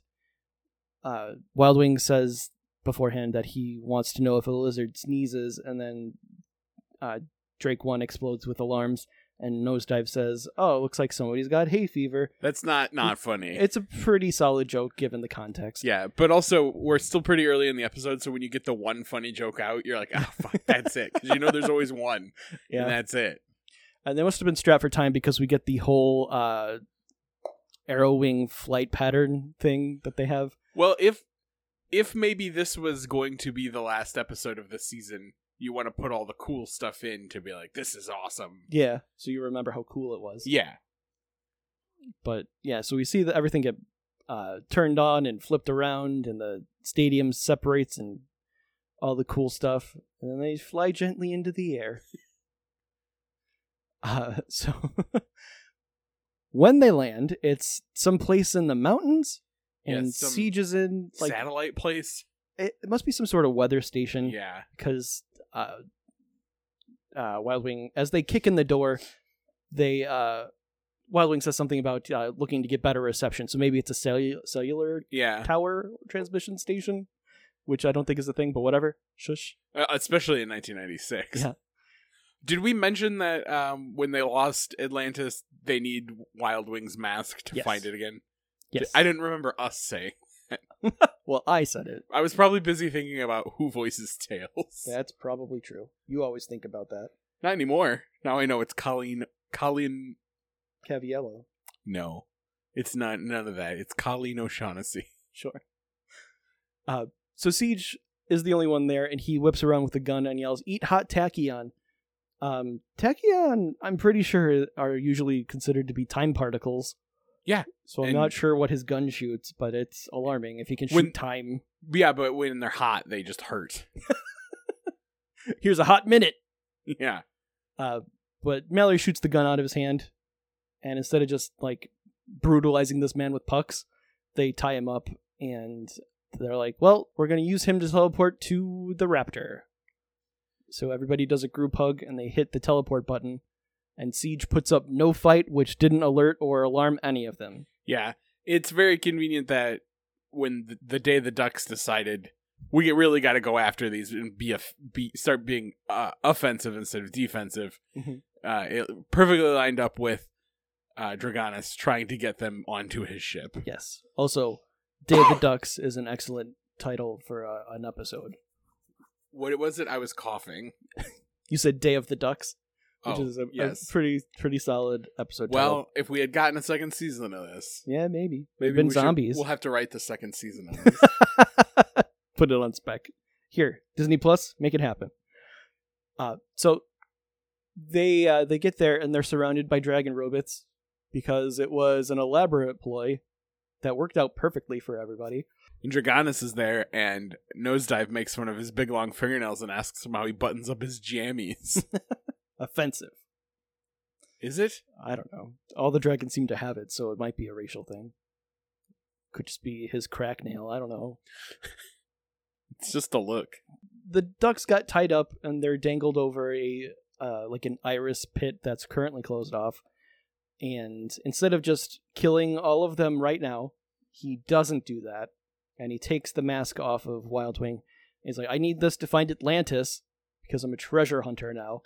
Speaker 1: uh, Wild Wing says beforehand that he wants to know if a lizard sneezes, and then uh, Drake One explodes with alarms, and Nosedive says, "Oh, it looks like somebody's got hay fever."
Speaker 2: That's not not funny.
Speaker 1: It's a pretty solid joke given the context.
Speaker 2: yeah, but also we're still pretty early in the episode, so when you get the one funny joke out, you're like, "Ah, fuck, that's it," because you know there's always one, and that's it.
Speaker 1: And they must have been strapped for time because we get the whole uh, arrow wing flight pattern thing that they have.
Speaker 2: Well, if if maybe this was going to be the last episode of the season, you want to put all the cool stuff in to be like, "This is awesome."
Speaker 1: Yeah. So you remember how cool it was.
Speaker 2: Yeah,
Speaker 1: But yeah, so we see that everything get uh, turned on and flipped around, and the stadium separates and all the cool stuff. And then they fly gently into the air. Uh, so when they land, it's someplace in the mountains,
Speaker 2: Yeah,
Speaker 1: and
Speaker 2: some
Speaker 1: Siege is in like
Speaker 2: satellite place.
Speaker 1: it, it must be some sort of weather station.
Speaker 2: Yeah,
Speaker 1: because uh, uh, Wild Wing, as they kick in the door, they uh, Wild Wing says something about uh, looking to get better reception. So maybe it's a cellu- cellular
Speaker 2: yeah,
Speaker 1: tower transmission station, which I don't think is a thing, but whatever. Shush.
Speaker 2: Uh, especially in 1996.
Speaker 1: Yeah.
Speaker 2: Did we mention that um, when they lost Atlantis, they need Wild Wing's mask to
Speaker 1: Yes.
Speaker 2: find it again?
Speaker 1: Yes.
Speaker 2: I didn't remember us saying.
Speaker 1: well, I said it.
Speaker 2: I was probably busy thinking about who voices Tails.
Speaker 1: That's probably true. You always think about that.
Speaker 2: Not anymore. Now I know it's Colleen. Colleen.
Speaker 1: Caviello.
Speaker 2: No, it's not. None of that. It's Colleen O'Shaughnessy.
Speaker 1: Sure. Uh, so Siege is the only one there, and he whips around with a gun and yells, "Eat hot tachyon." Um, tachyon, I'm pretty sure, are usually considered to be time particles.
Speaker 2: Yeah,
Speaker 1: So I'm
Speaker 2: and-
Speaker 1: not sure what his gun shoots, but it's alarming if he can shoot
Speaker 2: When-
Speaker 1: time.
Speaker 2: Yeah, but when they're hot, they just hurt.
Speaker 1: Here's a hot minute.
Speaker 2: Yeah.
Speaker 1: Uh, but Mallory shoots the gun out of his hand, and instead of just like brutalizing this man with pucks, they tie him up and they're like, "Well, we're gonna use him to teleport to the raptor." So everybody does a group hug and they hit the teleport button, and Siege puts up no fight, which didn't alert or alarm any of them.
Speaker 2: Yeah, it's very convenient that when the, the day the Ducks decided we really got to go after these and be, a, be start being uh, offensive instead of defensive,
Speaker 1: Mhm.
Speaker 2: uh, it perfectly lined up with uh, Dragonis trying to get them onto his ship.
Speaker 1: Yes. Also, Day of the Ducks is an excellent title for uh, an episode.
Speaker 2: What was it? I was coughing.
Speaker 1: You said Day of the Ducks, which
Speaker 2: oh,
Speaker 1: is a, a
Speaker 2: yes.
Speaker 1: pretty pretty solid episode. title.
Speaker 2: well, if we had gotten a second season of this,
Speaker 1: Yeah, maybe. They've
Speaker 2: maybe
Speaker 1: been
Speaker 2: we should-
Speaker 1: zombies.
Speaker 2: we'll have to write the second season of this.
Speaker 1: Put it on spec. Here, Disney Plus, make it happen. Uh, so they uh, they get there and they're surrounded by dragon robots because it was an elaborate ploy that worked out perfectly for everybody.
Speaker 2: And Dragonis is there, and Nosedive makes one of his big long fingernails and asks him how he buttons up his jammies.
Speaker 1: Offensive.
Speaker 2: is it?
Speaker 1: I don't know. All the dragons seem to have it, so it might be a racial thing. Could just be his crack nail. I don't know.
Speaker 2: It's just a look.
Speaker 1: the ducks got tied up and they're dangled over a uh, like an iris pit that's currently closed off. And instead of just killing all of them right now, he doesn't do that, and he takes the mask off of Wildwing. He's like, "I need this to find Atlantis because I'm a treasure hunter now."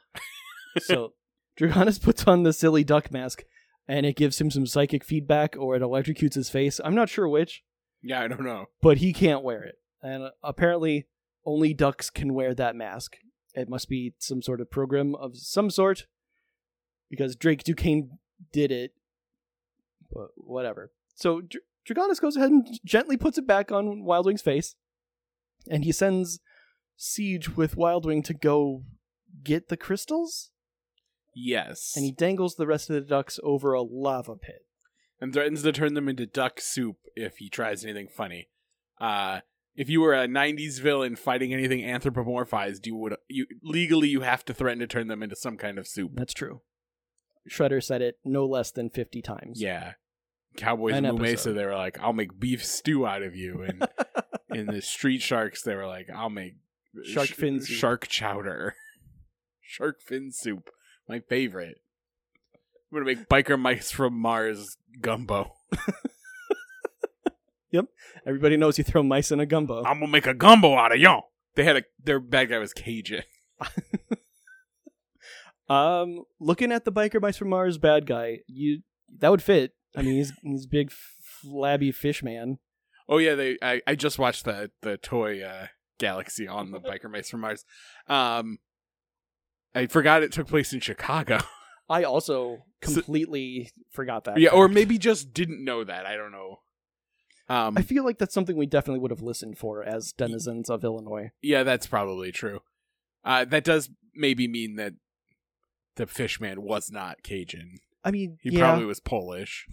Speaker 1: so Dragonis puts on the silly duck mask, and it gives him some psychic feedback, or it electrocutes his face. I'm not sure which
Speaker 2: Yeah, I don't know.
Speaker 1: but he can't wear it. And uh, apparently, only ducks can wear that mask. It must be some sort of program of some sort, because Drake Duquesne did it. But whatever. So Dr- Dragonis goes ahead and gently puts it back on Wildwing's face, and he sends Siege with Wildwing to go get the crystals,
Speaker 2: Yes.
Speaker 1: and he dangles the rest of the ducks over a lava pit.
Speaker 2: and threatens to turn them into duck soup if he tries anything funny. Uh, if you were a '90s villain fighting anything anthropomorphized, you would you legally you have to threaten to turn them into some kind of soup.
Speaker 1: That's true. Shredder said it no less than 50 times.
Speaker 2: Yeah, Cowboys
Speaker 1: An
Speaker 2: and Lou Mesa,
Speaker 1: episode.
Speaker 2: they were like, "I'll make beef stew out of you," and in the Street Sharks, they were like, "I'll make
Speaker 1: Shark
Speaker 2: sh-
Speaker 1: fin soup.
Speaker 2: shark chowder, shark fin soup, my favorite." I'm gonna make biker mice from Mars gumbo.
Speaker 1: Everybody knows you throw mice in a gumbo.
Speaker 2: I'm gonna make a gumbo out of y'all. They had a their bad guy was Cajun.
Speaker 1: Um, looking at the biker mice from Mars bad guy, you that would fit. I mean, he's he's big, flabby fish man.
Speaker 2: Oh yeah, they. I, I just watched the the toy uh, galaxy on the biker mice from Mars. Um, I forgot it took place in Chicago.
Speaker 1: I also
Speaker 2: So-
Speaker 1: completely forgot that.
Speaker 2: yeah, or
Speaker 1: fact.
Speaker 2: maybe just didn't know that. I don't know. Um,
Speaker 1: I feel like that's something we definitely would have listened for as denizens of Illinois.
Speaker 2: yeah, that's probably true. Uh, that does maybe mean that the fish man was not Cajun.
Speaker 1: I mean,
Speaker 2: He
Speaker 1: yeah,
Speaker 2: probably was Polish.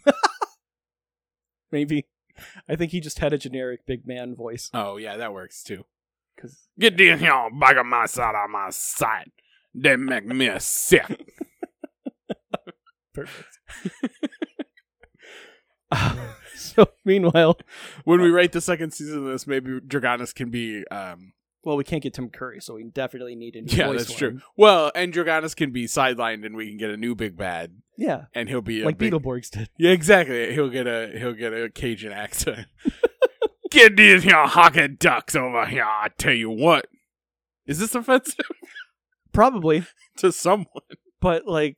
Speaker 1: maybe. I think he just had a generic big man voice
Speaker 2: oh yeah, that works too.
Speaker 1: because
Speaker 2: Get this here bugger mice out of my sight. They make me sick.
Speaker 1: perfect. so meanwhile,
Speaker 2: when we write the second season of this, maybe Dragonis can be. Um,
Speaker 1: well, we can't get Tim Curry, so we definitely need a new
Speaker 2: yeah,
Speaker 1: voice
Speaker 2: that's
Speaker 1: one.
Speaker 2: true. Well, and Dragonis can be sidelined, and we can get a new big bad,
Speaker 1: Yeah,
Speaker 2: and he'll be a
Speaker 1: like
Speaker 2: big,
Speaker 1: Beetleborgs did.
Speaker 2: Yeah, exactly. He'll get a he'll get a Cajun accent. get these here hockey ducks over here! I tell you what, is this offensive
Speaker 1: Probably.
Speaker 2: to someone?
Speaker 1: but like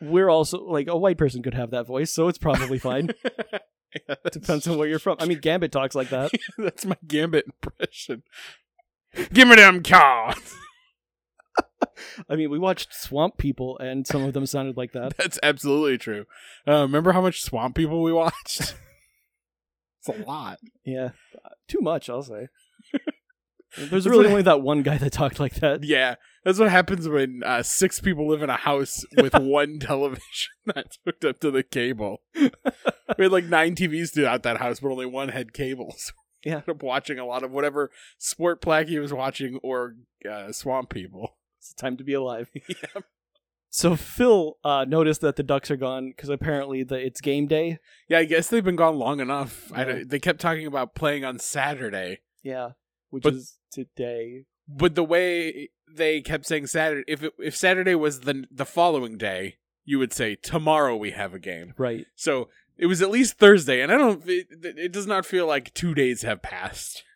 Speaker 1: we're also like a white person could have that voice, so it's probably fine.
Speaker 2: Yeah, that's-
Speaker 1: Depends on where you're from. I mean, Gambit talks like that.
Speaker 2: that's my gambit impression. Give me them cards.
Speaker 1: I mean, we watched Swamp People, and some of them sounded like that.
Speaker 2: That's absolutely true. Uh, remember how much Swamp People we watched? it's a lot.
Speaker 1: Yeah, too much, I'll say. There's really only that one guy that talked like that.
Speaker 2: Yeah, that's what happens when uh, six people live in a house with one television that's hooked up to the cable. we had like nine TVs throughout that house, but only one had cables.
Speaker 1: Yeah.
Speaker 2: Ended up watching a lot of whatever sport Placky was watching or uh, Swamp People.
Speaker 1: It's the time to be alive. So Phil uh, noticed that the ducks are gone because apparently the, it's game day.
Speaker 2: Yeah, I guess they've been gone long enough. I
Speaker 1: Yeah.
Speaker 2: don't- they kept talking about playing on Saturday,
Speaker 1: Yeah, which
Speaker 2: But-
Speaker 1: is today.
Speaker 2: but the way they kept saying Saturday, if it, if Saturday was the the following day, you would say tomorrow we have a game.
Speaker 1: Right.
Speaker 2: So it was at least Thursday, and I don't. It, it does not feel like two days have passed.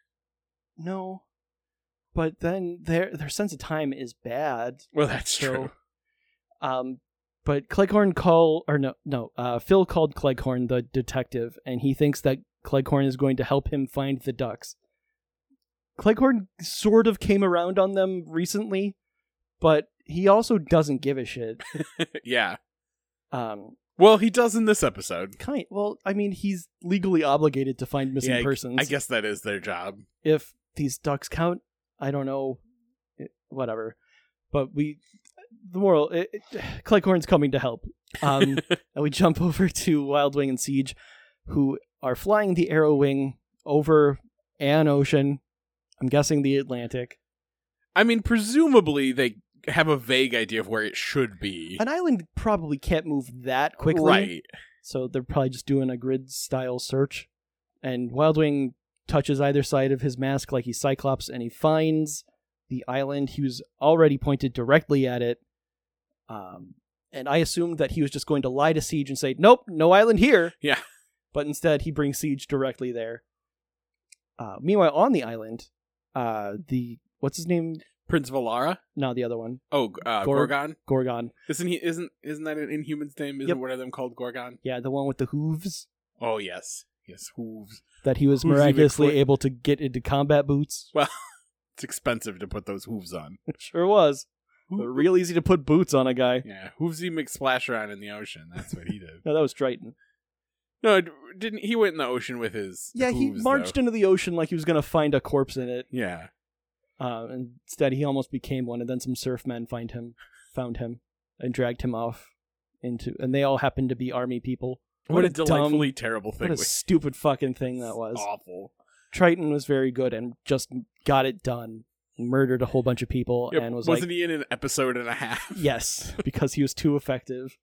Speaker 1: No. But then their their sense of time is bad.
Speaker 2: Well, that's
Speaker 1: So-
Speaker 2: true.
Speaker 1: Um, but Cleghorn call or no no uh, Phil called Cleghorn the detective, and he thinks that Cleghorn is going to help him find the ducks. Cleghorn sort of came around on them recently, but he also doesn't give a shit.
Speaker 2: yeah.
Speaker 1: Um,
Speaker 2: Well, he does in this episode.
Speaker 1: kind well, I mean, he's legally obligated to find missing
Speaker 2: Yeah,
Speaker 1: persons.
Speaker 2: I guess that is their job.
Speaker 1: if these ducks count, I don't know, It- whatever. But we, the moral, eh, it, it, Cleghorn's coming to help. Um, and we jump over to Wild Wing and Siege, who are flying the Arrow Wing over an ocean. I'm guessing the Atlantic,
Speaker 2: I mean, presumably they have a vague idea of where it should be.
Speaker 1: an island probably can't move that quickly,
Speaker 2: Right.
Speaker 1: So they're probably just doing a grid style search. And Wild Wing touches either side of his mask like he's Cyclops and he finds the island. He was already pointed directly at it. Um, and I assumed that he was just going to lie to Siege and say, nope, no island here.
Speaker 2: Yeah.
Speaker 1: But instead, he brings Siege directly there. Uh, meanwhile, on the island, uh, the. What's his name?
Speaker 2: Prince Valara.
Speaker 1: No, the other one.
Speaker 2: Oh, uh,
Speaker 1: Gor-
Speaker 2: Gorgon.
Speaker 1: Gorgon.
Speaker 2: Isn't he? Isn't isn't that an Inhuman's name? Isn't
Speaker 1: Yep.
Speaker 2: one of them called Gorgon?
Speaker 1: Yeah, the one with the hooves
Speaker 2: Oh yes, yes. Hooves.
Speaker 1: that he was
Speaker 2: Hooves even
Speaker 1: miraculously
Speaker 2: quick.
Speaker 1: able to get into combat boots.
Speaker 2: It's expensive to put those hooves on.
Speaker 1: Sure was. But real easy to put boots on a guy.
Speaker 2: Yeah, hoovesy McSplash around in the ocean. That's what he did.
Speaker 1: No, that was Triton.
Speaker 2: No, d- didn't he went in the ocean with his?
Speaker 1: Yeah, he
Speaker 2: hooves,
Speaker 1: marched
Speaker 2: though.
Speaker 1: into the ocean like he was going to find a corpse in it.
Speaker 2: Yeah,
Speaker 1: Uh, and instead, he almost became one, and then some surf men find him, found him, and dragged him off into. And they all happened to be army people.
Speaker 2: what,
Speaker 1: What
Speaker 2: a,
Speaker 1: a dumb-
Speaker 2: delightfully terrible thing.
Speaker 1: What a
Speaker 2: we-
Speaker 1: stupid fucking thing that was.
Speaker 2: awful.
Speaker 1: Triton was very good and just got it done. Murdered a whole bunch of people
Speaker 2: Yeah,
Speaker 1: and was
Speaker 2: wasn't
Speaker 1: like,
Speaker 2: he in an episode and a half?
Speaker 1: yes, because he was too effective,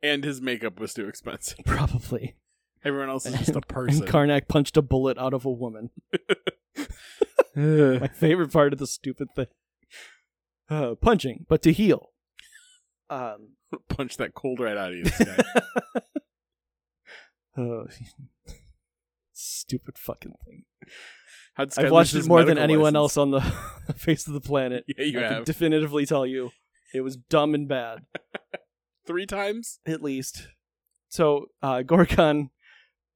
Speaker 2: and his makeup was too expensive.
Speaker 1: probably.
Speaker 2: Everyone else is just a person.
Speaker 1: And Karnak punched a bullet out of a woman.
Speaker 2: Ugh.
Speaker 1: my favorite part of the stupid thing. Uh, punching, but to heal. Um,
Speaker 2: Punch that cold right out of you. this guy.
Speaker 1: uh, stupid fucking thing.
Speaker 2: How'd Sky
Speaker 1: I've
Speaker 2: lose
Speaker 1: watched it
Speaker 2: his
Speaker 1: more than
Speaker 2: medical
Speaker 1: anyone
Speaker 2: license?
Speaker 1: else on the face of the planet.
Speaker 2: Yeah, you
Speaker 1: I can
Speaker 2: have
Speaker 1: definitively tell you, it was dumb and bad,
Speaker 2: three times.
Speaker 1: at least. So uh, Gorkon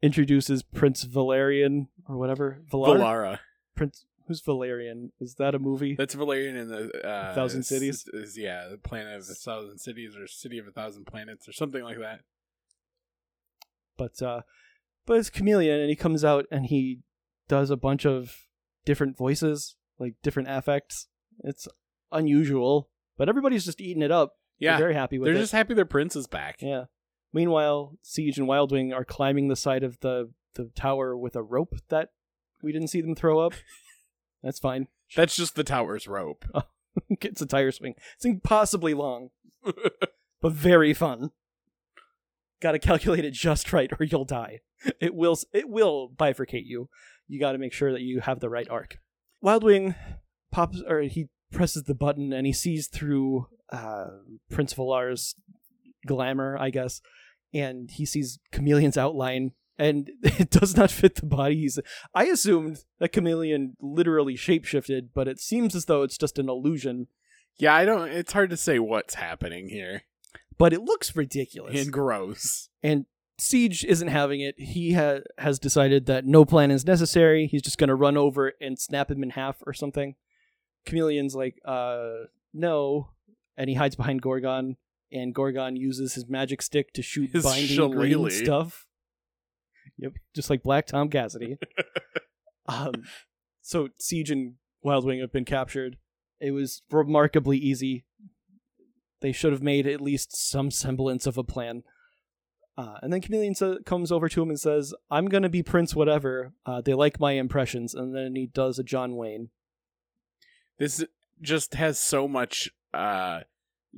Speaker 1: introduces Prince Valerian or whatever. Valar?
Speaker 2: Valara.
Speaker 1: Prince. Who's Valerian? Is that a movie?
Speaker 2: That's Valerian in the uh,
Speaker 1: Thousand
Speaker 2: s-
Speaker 1: Cities?
Speaker 2: Is, yeah, the planet of a thousand cities, or city of a thousand planets, or something like that.
Speaker 1: but uh but it's chameleon and he comes out and he does a bunch of different voices like different affects it's unusual but everybody's just eating it up
Speaker 2: Yeah,
Speaker 1: they're very happy with
Speaker 2: they're
Speaker 1: it
Speaker 2: just happy their prince is back.
Speaker 1: yeah meanwhile siege and wildwing are climbing the side of the the tower with a rope that we didn't see them throw up that's fine
Speaker 2: That's just the tower's rope.
Speaker 1: it's a tire swing it's impossibly long but very fun gotta calculate it just right or you'll die it will it will bifurcate you you gotta make sure that you have the right arc wild wing pops or he presses the button and he sees through uh, prince valar's glamour i guess and he sees chameleon's outline and it does not fit the body he's i assumed that chameleon literally shapeshifted but it seems as though it's just an illusion
Speaker 2: yeah, I don't. It's hard to say what's happening here.
Speaker 1: but it looks ridiculous
Speaker 2: And gross.
Speaker 1: and Siege isn't having it. He ha- has decided that no plan is necessary. He's just going to run over and snap him in half or something. Chameleon's like, uh, no. And he hides behind Gorgon, and Gorgon uses his magic stick to shoot
Speaker 2: His
Speaker 1: binding green
Speaker 2: shillelagh.
Speaker 1: stuff. Yep, just like Black Tom Cassidy. um, so Siege and Wildwing have been captured. It was remarkably easy. They should have made at least some semblance of a plan. Uh, and then Chameleon sa- comes over to him and says, I'm going to be Prince whatever. Uh, they like my impressions. And then he does a John Wayne.
Speaker 2: This just has so much uh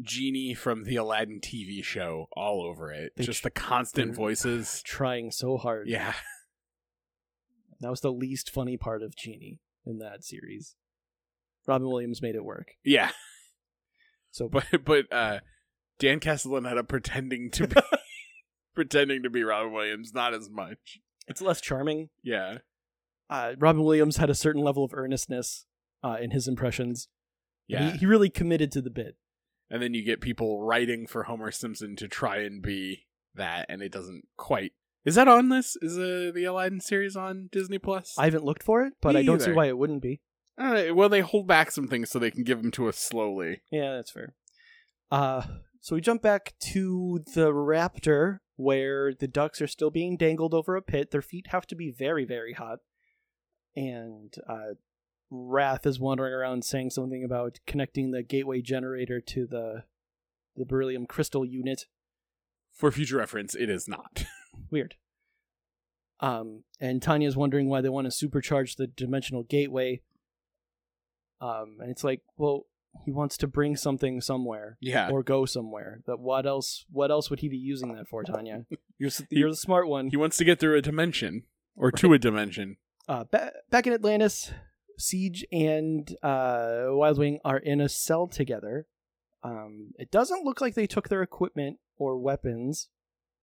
Speaker 2: genie from the Aladdin TV show all over it.
Speaker 1: They
Speaker 2: just
Speaker 1: tr-
Speaker 2: the constant
Speaker 1: they're-
Speaker 2: voices.
Speaker 1: Trying so hard.
Speaker 2: Yeah.
Speaker 1: That was the least funny part of Genie in that series. Robin Williams made it work.
Speaker 2: Yeah.
Speaker 1: So
Speaker 2: But but uh Dan Castellaneta pretending to be pretending to be Robin Williams, not as much.
Speaker 1: it's less charming.
Speaker 2: Yeah.
Speaker 1: Uh, Robin Williams had a certain level of earnestness uh, in his impressions.
Speaker 2: Yeah.
Speaker 1: He, he really committed to the bit.
Speaker 2: and then you get people writing for Homer Simpson to try and be that, and it doesn't quite. Is that on this? Is uh, the Aladdin series on Disney Plus?
Speaker 1: I haven't looked for it, but
Speaker 2: Me
Speaker 1: I don't see
Speaker 2: either.
Speaker 1: why it wouldn't be.
Speaker 2: Uh, well, they hold back some things so they can give them to us slowly.
Speaker 1: Yeah, that's fair. Uh, so we jump back to the raptor where the ducks are still being dangled over a pit. Their feet have to be very, very hot. And uh, Wrath is wandering around saying something about connecting the gateway generator to the the beryllium crystal unit.
Speaker 2: For future reference, it is not.
Speaker 1: Weird. Um, and Tanya's wondering why they want to supercharge the dimensional gateway. Um, and it's like, well, he wants to bring something somewhere
Speaker 2: Yeah,
Speaker 1: or go somewhere. That what else? What else would he be using that for, Tanya? You're s- you're the smart one.
Speaker 2: he wants to get through a dimension or to a dimension.
Speaker 1: Uh, ba- back in Atlantis, Siege and uh, Wild Wing are in a cell together. Um, it doesn't look like they took their equipment or weapons,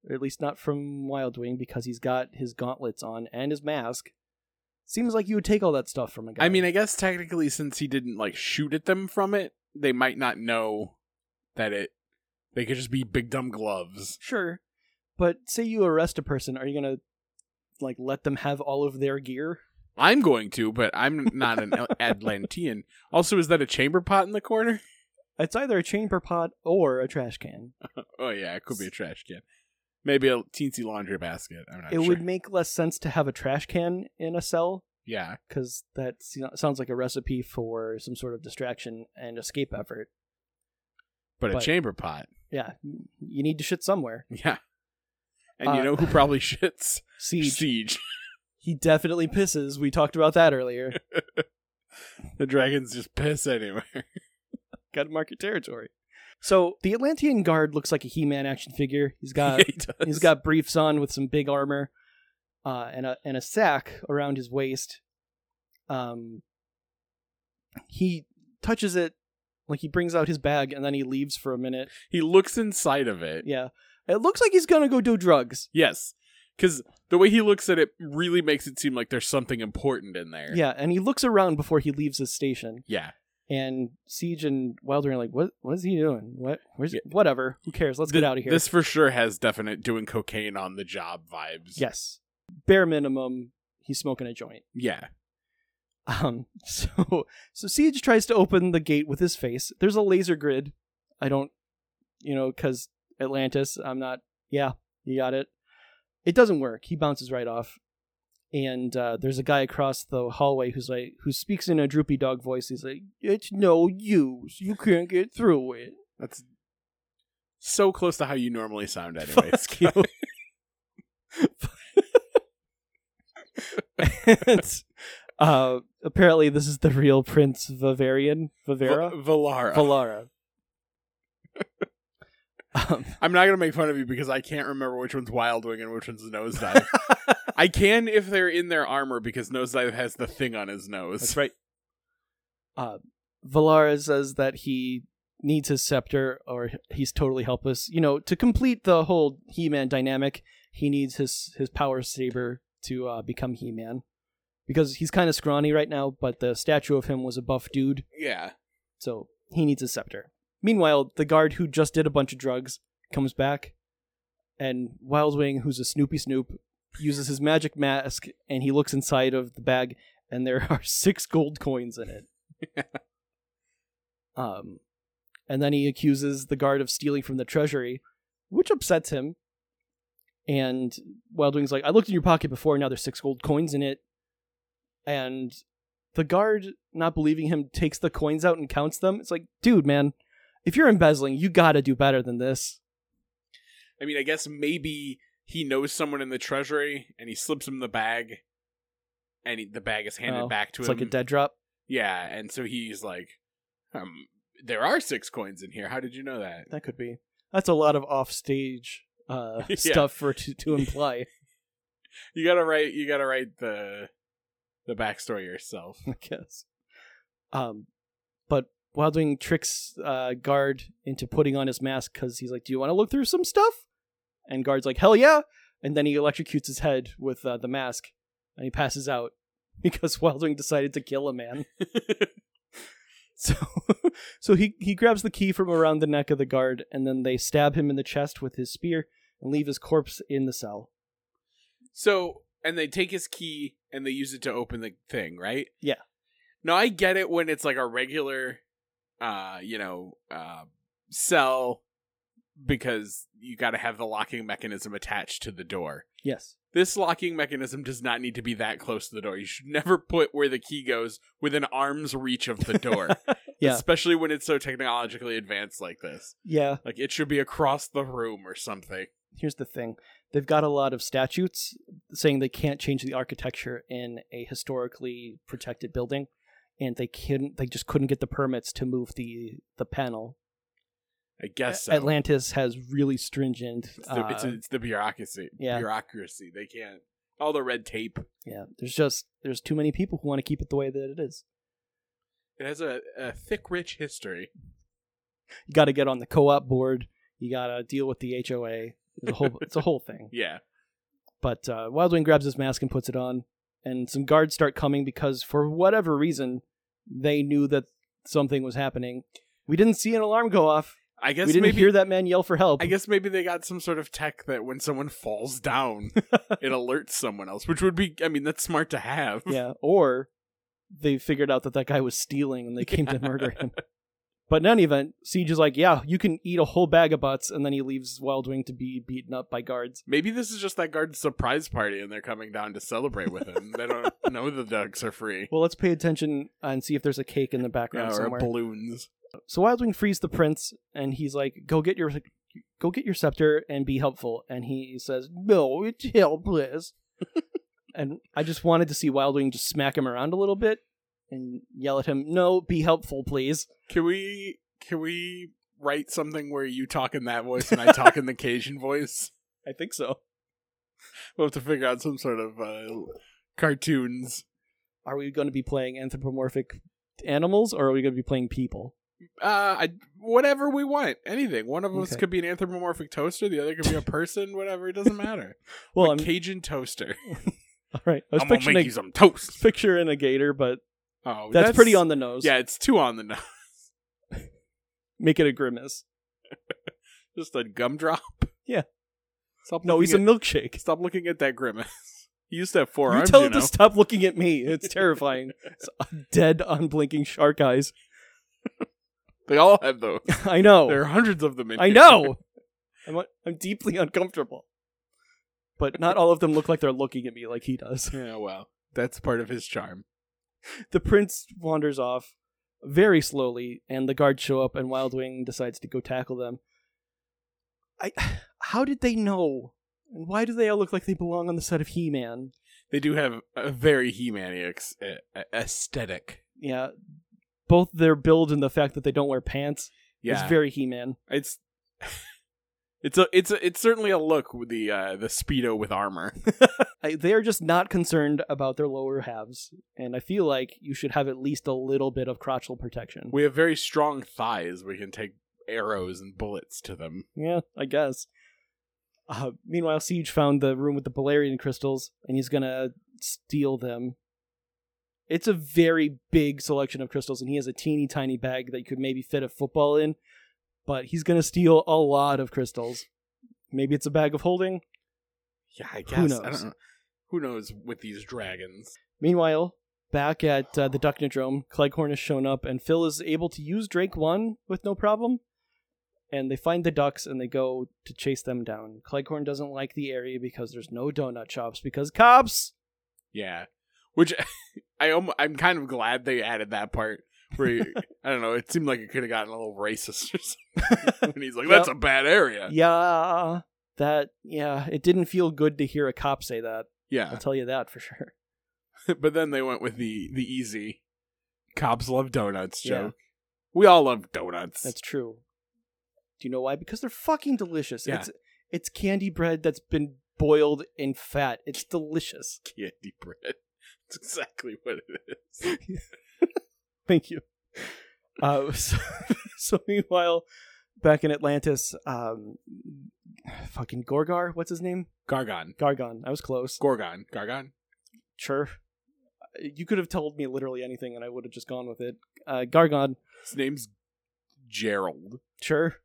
Speaker 1: or at least not from Wild Wing because he's got his gauntlets on and his mask. Seems like you would take all that stuff from a guy.
Speaker 2: I mean, I guess technically, since he didn't like shoot at them from it, they might not know that it. They could just be big dumb gloves.
Speaker 1: sure, but say you arrest a person, are you gonna like let them have all of their gear?
Speaker 2: I'm going to, but I'm not an Atlantean. Also, is that a chamber pot in the corner?
Speaker 1: It's either a chamber pot or a trash can.
Speaker 2: Oh yeah, it could be a trash can. Maybe a teensy laundry basket. I'm not
Speaker 1: it
Speaker 2: sure.
Speaker 1: would make less sense to have a trash can in a cell
Speaker 2: yeah,
Speaker 1: because that s- sounds like a recipe for some sort of distraction and escape effort.
Speaker 2: but, a
Speaker 1: but-
Speaker 2: chamber pot.
Speaker 1: Yeah, you need to shit somewhere.
Speaker 2: Yeah. And
Speaker 1: Uh,
Speaker 2: you know who probably shits?
Speaker 1: Siege.
Speaker 2: Siege.
Speaker 1: He definitely pisses. We talked about that earlier.
Speaker 2: The dragons just piss anywhere.
Speaker 1: Got to mark your territory. So the Atlantean guard looks like a He-Man action figure. He's got
Speaker 2: Yeah, he does.
Speaker 1: Uh, He's got briefs on with some big armor, uh, and a and a sack around his waist. Um, he touches it, like he brings out his bag, and then he leaves for a minute.
Speaker 2: He looks inside of it.
Speaker 1: Yeah, it looks like he's gonna go do drugs.
Speaker 2: Yes, because the way he looks at it really makes it seem like there's something important in there.
Speaker 1: Yeah, and he looks around before he leaves his station.
Speaker 2: Yeah.
Speaker 1: And Siege and Wilder are like, "What? What is he doing? What? Where's?
Speaker 2: Yeah.
Speaker 1: Whatever. Who cares? Let's
Speaker 2: Th-
Speaker 1: get out of here."
Speaker 2: This for sure has definite doing cocaine on the job vibes.
Speaker 1: yes, bare minimum, he's smoking a joint.
Speaker 2: Yeah.
Speaker 1: Um, so so Siege tries to open the gate with his face. There's a laser grid. I don't, you know, because Atlantis. I'm not. Yeah, you got it. It doesn't work. He bounces right off. And uh, there's a guy across the hallway who's like, who speaks in a droopy dog voice. He's like, "It's no use. You can't get through it."
Speaker 2: That's so close to how you normally sound, anyways.
Speaker 1: Fuck you. And, uh, apparently, this is the real Prince Vivarian Vivera.
Speaker 2: V- Valara.
Speaker 1: Valara. um,
Speaker 2: I'm not gonna make fun of you because I can't remember which one's Wild Wing and which one's Nosedive. I can if they're in their armor because Nosedive has the thing on his nose.
Speaker 1: that's right. Uh, Valara says that he needs his scepter or he's totally helpless. You know, to complete the whole He-Man dynamic, he needs his his power saber to uh, become He-Man because he's kind of scrawny right now, but the statue of him was a buff dude,
Speaker 2: Yeah.
Speaker 1: so he needs a scepter. Meanwhile, the guard who just did a bunch of drugs comes back, and Wildwing, who's a Snoopy Snoop, uses his magic mask and he looks inside of the bag, and there are six gold coins in it. um, and then he accuses the guard of stealing from the treasury, which upsets him. And Wild Wing's like, I looked in your pocket before, now there's six gold coins in it. And the guard, not believing him, takes the coins out and counts them. It's like, dude, man, if you're embezzling, you gotta do better than this.
Speaker 2: I mean, I guess maybe he knows someone in the treasury and he slips him the bag, and he, the bag is handed
Speaker 1: Oh,
Speaker 2: back to
Speaker 1: It's
Speaker 2: him.
Speaker 1: like a dead drop.
Speaker 2: yeah, and so he's like, um, there are six coins in here. How did you know that?
Speaker 1: That could be. That's a lot of offstage uh,
Speaker 2: Yeah.
Speaker 1: stuff for to, to imply.
Speaker 2: You gotta write. You gotta write the the backstory yourself.
Speaker 1: I guess. Um, but Wild Wing tricks uh, Guard into putting on his mask because he's like, "Do you want to look through some stuff?" And Guard's like, "Hell yeah!" And then he electrocutes his head with uh, the mask, and he passes out because Wild Wing decided to kill a man. so, so he he grabs the key from around the neck of the guard, and then they stab him in the chest with his spear and leave his corpse in the cell.
Speaker 2: So, and they take his key and they use it to open the thing, right?
Speaker 1: Yeah.
Speaker 2: Now I get it when it's like a regular, uh, you know, uh, cell because you got to have the locking mechanism attached to the door.
Speaker 1: Yes.
Speaker 2: This locking mechanism does not need to be that close to the door. You should never put where the key goes within arm's reach of the door.
Speaker 1: Yeah.
Speaker 2: Especially when it's so technologically advanced like this.
Speaker 1: Yeah.
Speaker 2: Like it should be across the room or something.
Speaker 1: here's the thing they've got a lot of statutes saying they can't change the architecture in a historically protected building and they couldn't they just couldn't get the permits to move the the panel
Speaker 2: I guess so.
Speaker 1: atlantis has really stringent
Speaker 2: It's the, it's,
Speaker 1: uh,
Speaker 2: it's the bureaucracy.
Speaker 1: yeah.
Speaker 2: Bureaucracy. They can't. All the red tape.
Speaker 1: yeah there's just there's too many people who want to keep it the way that it is
Speaker 2: It has a, a thick, rich history.
Speaker 1: you got to get on the co-op board you got to deal with the hoa it's a whole it's a whole thing
Speaker 2: Yeah.
Speaker 1: But uh, Wild Wing grabs his mask and puts it on, and some guards start coming because for whatever reason, they knew that something was happening. We didn't see an alarm go off.
Speaker 2: I guess
Speaker 1: We didn't
Speaker 2: maybe.
Speaker 1: hear that man yell for help.
Speaker 2: I guess maybe they got some sort of tech that when someone falls down, it alerts someone else, which would be. I mean, that's smart to have.
Speaker 1: yeah, or they figured out that that guy was stealing and they came to murder him. But in any event, Siege is like, yeah, you can eat a whole bag of butts, and then he leaves Wild Wing to be beaten up by guards.
Speaker 2: Maybe this is just that guard's surprise party, and they're coming down to celebrate with him. they don't know the ducks are free
Speaker 1: Well, let's pay attention and see if there's a cake in the background
Speaker 2: or
Speaker 1: somewhere.
Speaker 2: balloons.
Speaker 1: So Wild Wing frees the prince, and he's like, "Go get your, go get your scepter and be helpful." And he says, "No, it's helpless." and I just wanted to see Wild Wing just smack him around a little bit and yell at him, "No, be helpful, please."
Speaker 2: Can we? Can we write something where you talk in that voice and I talk in the Cajun voice?
Speaker 1: I think so.
Speaker 2: We'll have to figure out some sort of uh, cartoons.
Speaker 1: Are we going to be playing anthropomorphic animals, or are we going to be playing people?
Speaker 2: Uh, I, whatever we want, anything. One of us
Speaker 1: Okay.
Speaker 2: could be an anthropomorphic toaster. The other could be a person. Whatever, it doesn't matter.
Speaker 1: Well,
Speaker 2: a
Speaker 1: I'm
Speaker 2: Cajun toaster.
Speaker 1: all right. I was
Speaker 2: I'm gonna
Speaker 1: picturing
Speaker 2: make
Speaker 1: a,
Speaker 2: you some toast.
Speaker 1: picturing a gator, but
Speaker 2: Oh,
Speaker 1: that's, pretty on the nose.
Speaker 2: Yeah, it's two on the nose.
Speaker 1: make it a grimace.
Speaker 2: Just a gumdrop.
Speaker 1: Yeah.
Speaker 2: Stop
Speaker 1: No, he's a
Speaker 2: looking
Speaker 1: milkshake.
Speaker 2: at, stop looking at that grimace. He used to have four
Speaker 1: you
Speaker 2: arms.
Speaker 1: tell
Speaker 2: you
Speaker 1: it
Speaker 2: know.
Speaker 1: to stop looking at me. It's terrifying. it's a dead, unblinking shark eyes.
Speaker 2: They all have those.
Speaker 1: I know.
Speaker 2: There are hundreds of them. in
Speaker 1: Oh. I
Speaker 2: here.
Speaker 1: know. I'm, I'm deeply uncomfortable. But not all of them look like they're looking at me like he does.
Speaker 2: Yeah, well, that's part of his charm.
Speaker 1: The prince wanders off very slowly, and the guards show up, and Wild Wing decides to go tackle them. I, how did they know? And why do they all look like they belong on the set of He-Man?
Speaker 2: They do have a very He-Man ex- uh, aesthetic.
Speaker 1: Yeah, both their build and the fact that they don't wear pants
Speaker 2: Yeah,
Speaker 1: is very He-Man.
Speaker 2: It's it's a it's a, it's certainly a look with the uh, the speedo with armor.
Speaker 1: I, they are just not concerned about their lower halves, and I feel like you should have at least a little bit of crotchal protection.
Speaker 2: we have very strong thighs. We can take arrows and bullets to them.
Speaker 1: Yeah, I guess. Uh, meanwhile, Siege found the room with the Balerian crystals, and he's gonna steal them. It's a very big selection of crystals, and he has a teeny tiny bag that you could maybe fit a football in, but he's gonna steal a lot of crystals. Maybe it's a bag of holding.
Speaker 2: Yeah, I
Speaker 1: Who
Speaker 2: guess. I
Speaker 1: knows?
Speaker 2: don't know. Who knows with these dragons?
Speaker 1: Meanwhile, back at uh, the Ducknodrome, Cleghorn has shown up, and Phil is able to use Drake 1 with no problem. And they find the ducks and they go to chase them down. Cleghorn doesn't like the area because there's no donut shops because cops!
Speaker 2: Yeah, which I om- I'm kind of glad they added that part. Where he- I don't know, it seemed like it could have gotten a little racist or something. and he's like, "That's a bad area."
Speaker 1: Yeah, that, yeah, it didn't feel good to hear a cop say that. I'll
Speaker 2: Yeah,
Speaker 1: tell you that for sure.
Speaker 2: but then they went with the the easy. Cops love donuts
Speaker 1: Yeah.
Speaker 2: joke. We all love donuts.
Speaker 1: That's true. Do you know why? Because they're fucking delicious.
Speaker 2: Yeah.
Speaker 1: It's it's candy bread that's been boiled in fat. It's delicious.
Speaker 2: candy bread. That's exactly what it is.
Speaker 1: Thank you. Uh, so, so meanwhile, back in Atlantis, um, fucking Gorgar, what's his name?
Speaker 2: Gargon,
Speaker 1: Gargon. I was close.
Speaker 2: Gorgon, Gargon.
Speaker 1: sure. You could have told me literally anything, and I would have just gone with it. Uh, Gargon.
Speaker 2: His name's Gerald.
Speaker 1: Sure.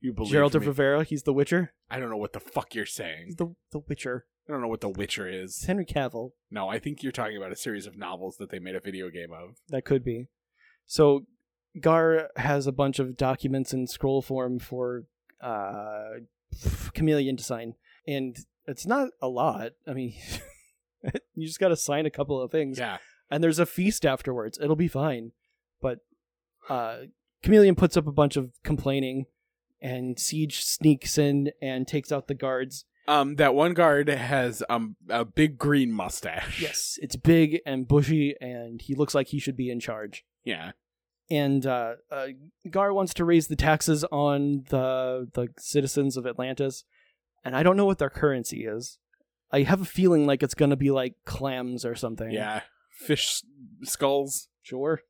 Speaker 2: You believe
Speaker 1: Gerald of
Speaker 2: me?
Speaker 1: Rivera. He's the Witcher.
Speaker 2: I don't know what the fuck you're saying.
Speaker 1: He's the the Witcher.
Speaker 2: I don't know what The Witcher
Speaker 1: It's
Speaker 2: is.
Speaker 1: Henry Cavill.
Speaker 2: No, I think you're talking about a series of novels that they made a video game of.
Speaker 1: That could be. So Gar has a bunch of documents in scroll form for uh, Chameleon to sign, and it's not a lot. I mean, you just got to sign a couple of things,
Speaker 2: Yeah.
Speaker 1: and there's a feast afterwards. It'll be fine. But uh, Chameleon puts up a bunch of complaining, and Siege sneaks in and takes out the guards.
Speaker 2: Um, that one guard has um a big green mustache.
Speaker 1: Yes, it's big and bushy, and he looks like he should be in charge.
Speaker 2: Yeah.
Speaker 1: and uh, uh, Gar wants to raise the taxes on the the citizens of Atlantis, and I don't know what their currency is. I have a feeling like it's gonna be like clams or something.
Speaker 2: Yeah. Fish s- skulls.
Speaker 1: sure.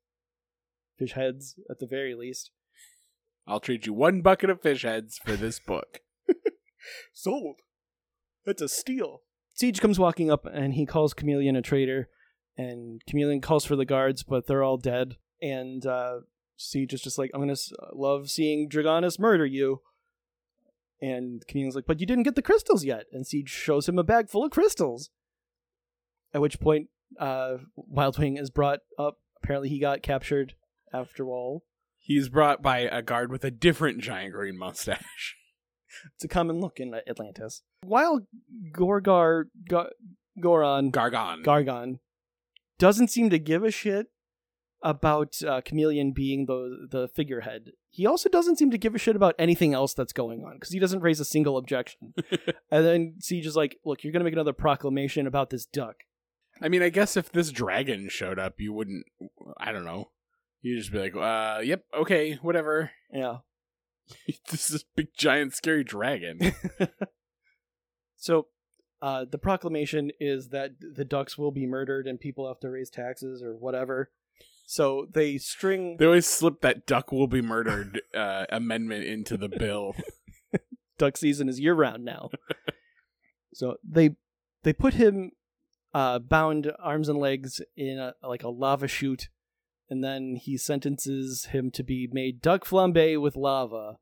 Speaker 1: Fish heads, at the very least.
Speaker 2: I'll trade you one bucket of fish heads for this book.
Speaker 1: Sold. That's a steal. Siege comes walking up and he calls Chameleon a traitor, and Chameleon calls for the guards, but they're all dead. And uh, Siege is just like, I'm gonna s- uh, love seeing Dragonis murder you. And Chameleon's like, but you didn't get the crystals yet. And Siege shows him a bag full of crystals. At which point, uh, Wildwing is brought up. Apparently, he got captured after all.
Speaker 2: He's brought by a guard with a different giant green mustache.
Speaker 1: It's a common look in Atlantis. While Gorgar, Ga- Goron,
Speaker 2: Gargon.
Speaker 1: Gargon doesn't seem to give a shit about uh, Chameleon being the the figurehead. He also doesn't seem to give a shit about anything else that's going on because he doesn't raise a single objection. and then Siege is like, "Look, you're gonna make another proclamation about this duck."
Speaker 2: I mean, I guess if this dragon showed up, you wouldn't. I don't know. You'd just be like, uh, yep, okay, whatever.
Speaker 1: Yeah.
Speaker 2: this is big, giant, scary dragon.
Speaker 1: So, uh, the proclamation is that the ducks will be murdered and people have to raise taxes or whatever. So they string
Speaker 2: they always slip that duck will be murdered uh, amendment into the bill.
Speaker 1: duck season is year round now. so they they put him uh, bound arms and legs in a, like a lava chute, and then he sentences him to be made duck flambe with lava,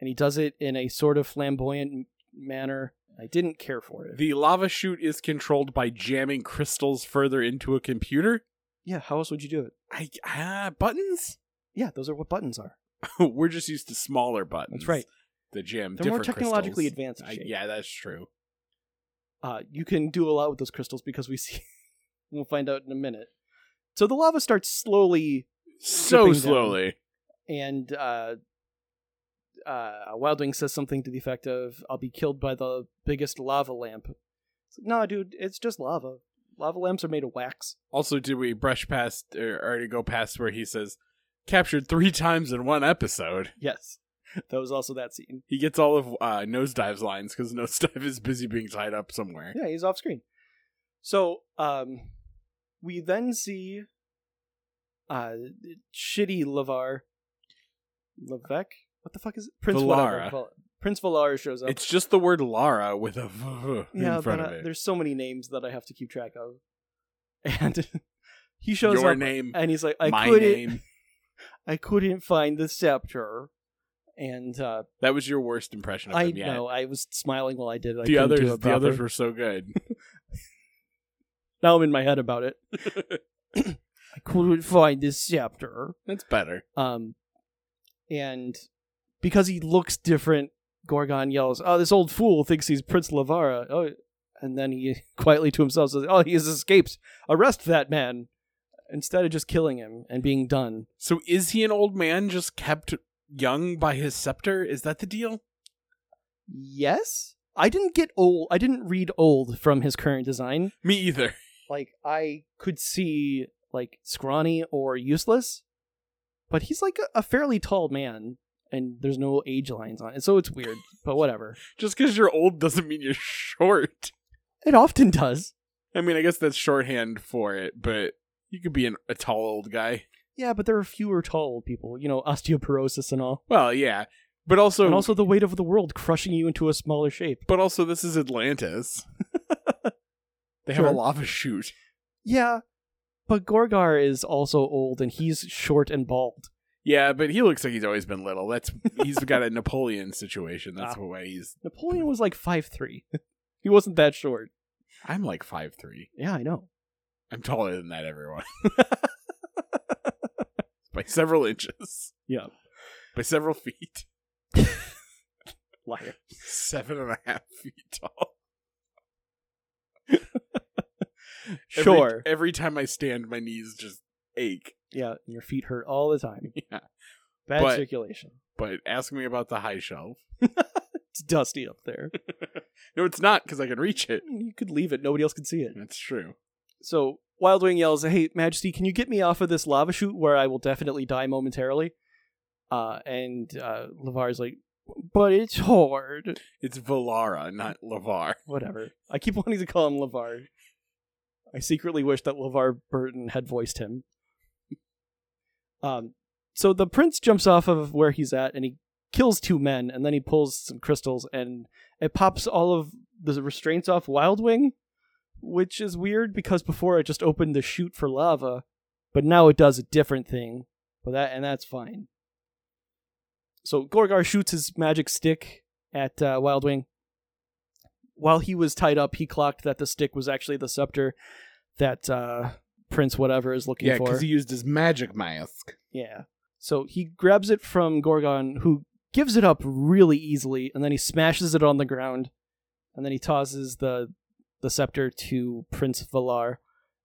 Speaker 1: and he does it in a sort of flamboyant manner. I didn't care for it.
Speaker 2: The lava chute is controlled by jamming crystals further into a computer.
Speaker 1: yeah, how else would you do it?
Speaker 2: I uh, buttons.
Speaker 1: Yeah, those are what buttons are.
Speaker 2: We're just used to smaller buttons.
Speaker 1: That's right.
Speaker 2: The jam.
Speaker 1: They're more
Speaker 2: Mm, different
Speaker 1: technologically
Speaker 2: crystals.
Speaker 1: advanced.
Speaker 2: I-
Speaker 1: Jake.
Speaker 2: yeah, that's true.
Speaker 1: uh, you can do a lot with those crystals because we see. we'll find out in a minute. So the lava starts slowly
Speaker 2: So
Speaker 1: Dipping down.
Speaker 2: slowly.
Speaker 1: and uh, uh, Wildwing says something to the effect of, "I'll be killed by the biggest lava lamp." It's like, no, dude, it's just lava. Lava lamps are made of wax.
Speaker 2: Also, did we brush past or already go past where he says captured three times in one episode?
Speaker 1: Yes, that was also that scene.
Speaker 2: He gets all of uh, Nosedive's lines because Nosedive is busy being tied up somewhere.
Speaker 1: Yeah, he's off screen. So, um, we then see uh, shitty Lavar, Levesque. What the fuck is it? Prince
Speaker 2: Valara.
Speaker 1: whatever. Val- Prince Valar shows up.
Speaker 2: It's just the word Lara with a v
Speaker 1: yeah,
Speaker 2: in
Speaker 1: but,
Speaker 2: front of
Speaker 1: uh,
Speaker 2: it.
Speaker 1: there's so many names that I have to keep track of, and he shows
Speaker 2: Your
Speaker 1: up
Speaker 2: name,
Speaker 1: and he's like, "I
Speaker 2: my
Speaker 1: couldn't,
Speaker 2: name.
Speaker 1: I couldn't find the scepter," and uh,
Speaker 2: That was your worst impression of
Speaker 1: I
Speaker 2: him yet.
Speaker 1: know I was smiling while I did it. I
Speaker 2: The
Speaker 1: couldn't do
Speaker 2: others,
Speaker 1: it
Speaker 2: the others
Speaker 1: proper.
Speaker 2: were so good.
Speaker 1: now I'm in my head about it. I couldn't find this scepter.
Speaker 2: That's better.
Speaker 1: Um, and because he looks different, Gorgon yells, "Oh, this old fool thinks he's Prince Lavara!" Oh, and then he quietly to himself says, "Oh, he has escaped. Arrest that man!" Instead of just killing him and being done.
Speaker 2: So is he an old man just kept young by his scepter? Is that the deal?
Speaker 1: Yes, I didn't get old. I didn't read old from his current design.
Speaker 2: Me either.
Speaker 1: Like I could see like scrawny or useless, but he's like a, a fairly tall man. And there's no age lines on it, so it's weird. But whatever.
Speaker 2: Just because you're old doesn't mean you're short.
Speaker 1: It often does.
Speaker 2: I mean, I guess that's shorthand for it, but you could be an, a tall old guy.
Speaker 1: Yeah, but there are fewer tall old people, you know, osteoporosis and all.
Speaker 2: Well, yeah, but also,
Speaker 1: and also the weight of the world crushing you into a smaller shape.
Speaker 2: but also, this is Atlantis. they have
Speaker 1: Sure.
Speaker 2: a lava chute.
Speaker 1: Yeah, but Gorgar is also old and he's short and bald.
Speaker 2: Yeah, but he looks like he's always been little. That's he's got a Napoleon situation. That's
Speaker 1: Ah.
Speaker 2: why he's.
Speaker 1: Napoleon was like five three. he wasn't that short.
Speaker 2: I'm like five three.
Speaker 1: Yeah, I know.
Speaker 2: I'm taller than that. Everyone by several inches,
Speaker 1: Yeah,
Speaker 2: by several feet,
Speaker 1: liar.
Speaker 2: seven and a half feet tall. Every-
Speaker 1: Sure.
Speaker 2: Every, time I stand, my knees just ache.
Speaker 1: Yeah, and your feet hurt all the time.
Speaker 2: Yeah.
Speaker 1: Bad
Speaker 2: But-
Speaker 1: circulation.
Speaker 2: But ask me about the high shelf.
Speaker 1: It's dusty up there.
Speaker 2: No, it's not because I can reach it.
Speaker 1: you could leave it. Nobody else could see it.
Speaker 2: That's true.
Speaker 1: So Wildwing yells, "Hey, Majesty, can you get me off of this lava chute where I will definitely die momentarily?" Uh, and uh, Lavar's like, "But it's hard."
Speaker 2: It's Valara, not Lavar.
Speaker 1: Whatever. I keep wanting to call him Lavar. I secretly wish that Lavar Burton had voiced him. Um, so the prince jumps off of where he's at, and he kills two men, and then he pulls some crystals, and it pops all of the restraints off Wildwing, which is weird because before it just opened the chute for lava, but now it does a different thing. But that and that's fine. So Gorgar shoots his magic stick at uh, Wildwing. While he was tied up, he clocked that the stick was actually the scepter that uh, Prince whatever is looking
Speaker 2: Yeah,
Speaker 1: for.
Speaker 2: because he used his magic mask.
Speaker 1: Yeah. So he grabs it from Gorgon, who gives it up really easily, and then he smashes it on the ground, and then he tosses the the scepter to Prince Valar,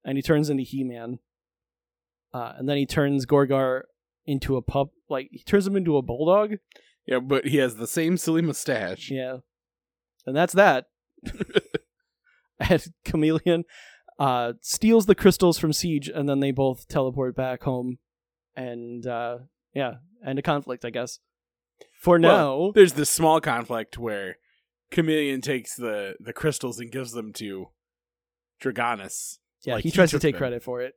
Speaker 1: and he turns into He Man. Uh, and then he turns Gorgar into a pup, like he turns him into a bulldog.
Speaker 2: Yeah, but he has the same silly mustache.
Speaker 1: Yeah. And that's that. and Chameleon uh, steals the crystals from Siege, and then they both teleport back home. And uh, yeah, end a conflict, I guess. For now.
Speaker 2: There's this small conflict where Chameleon takes the, the crystals and gives them to Dragonis.
Speaker 1: yeah,
Speaker 2: like,
Speaker 1: he
Speaker 2: he
Speaker 1: tries to
Speaker 2: took
Speaker 1: take
Speaker 2: them.
Speaker 1: credit for it.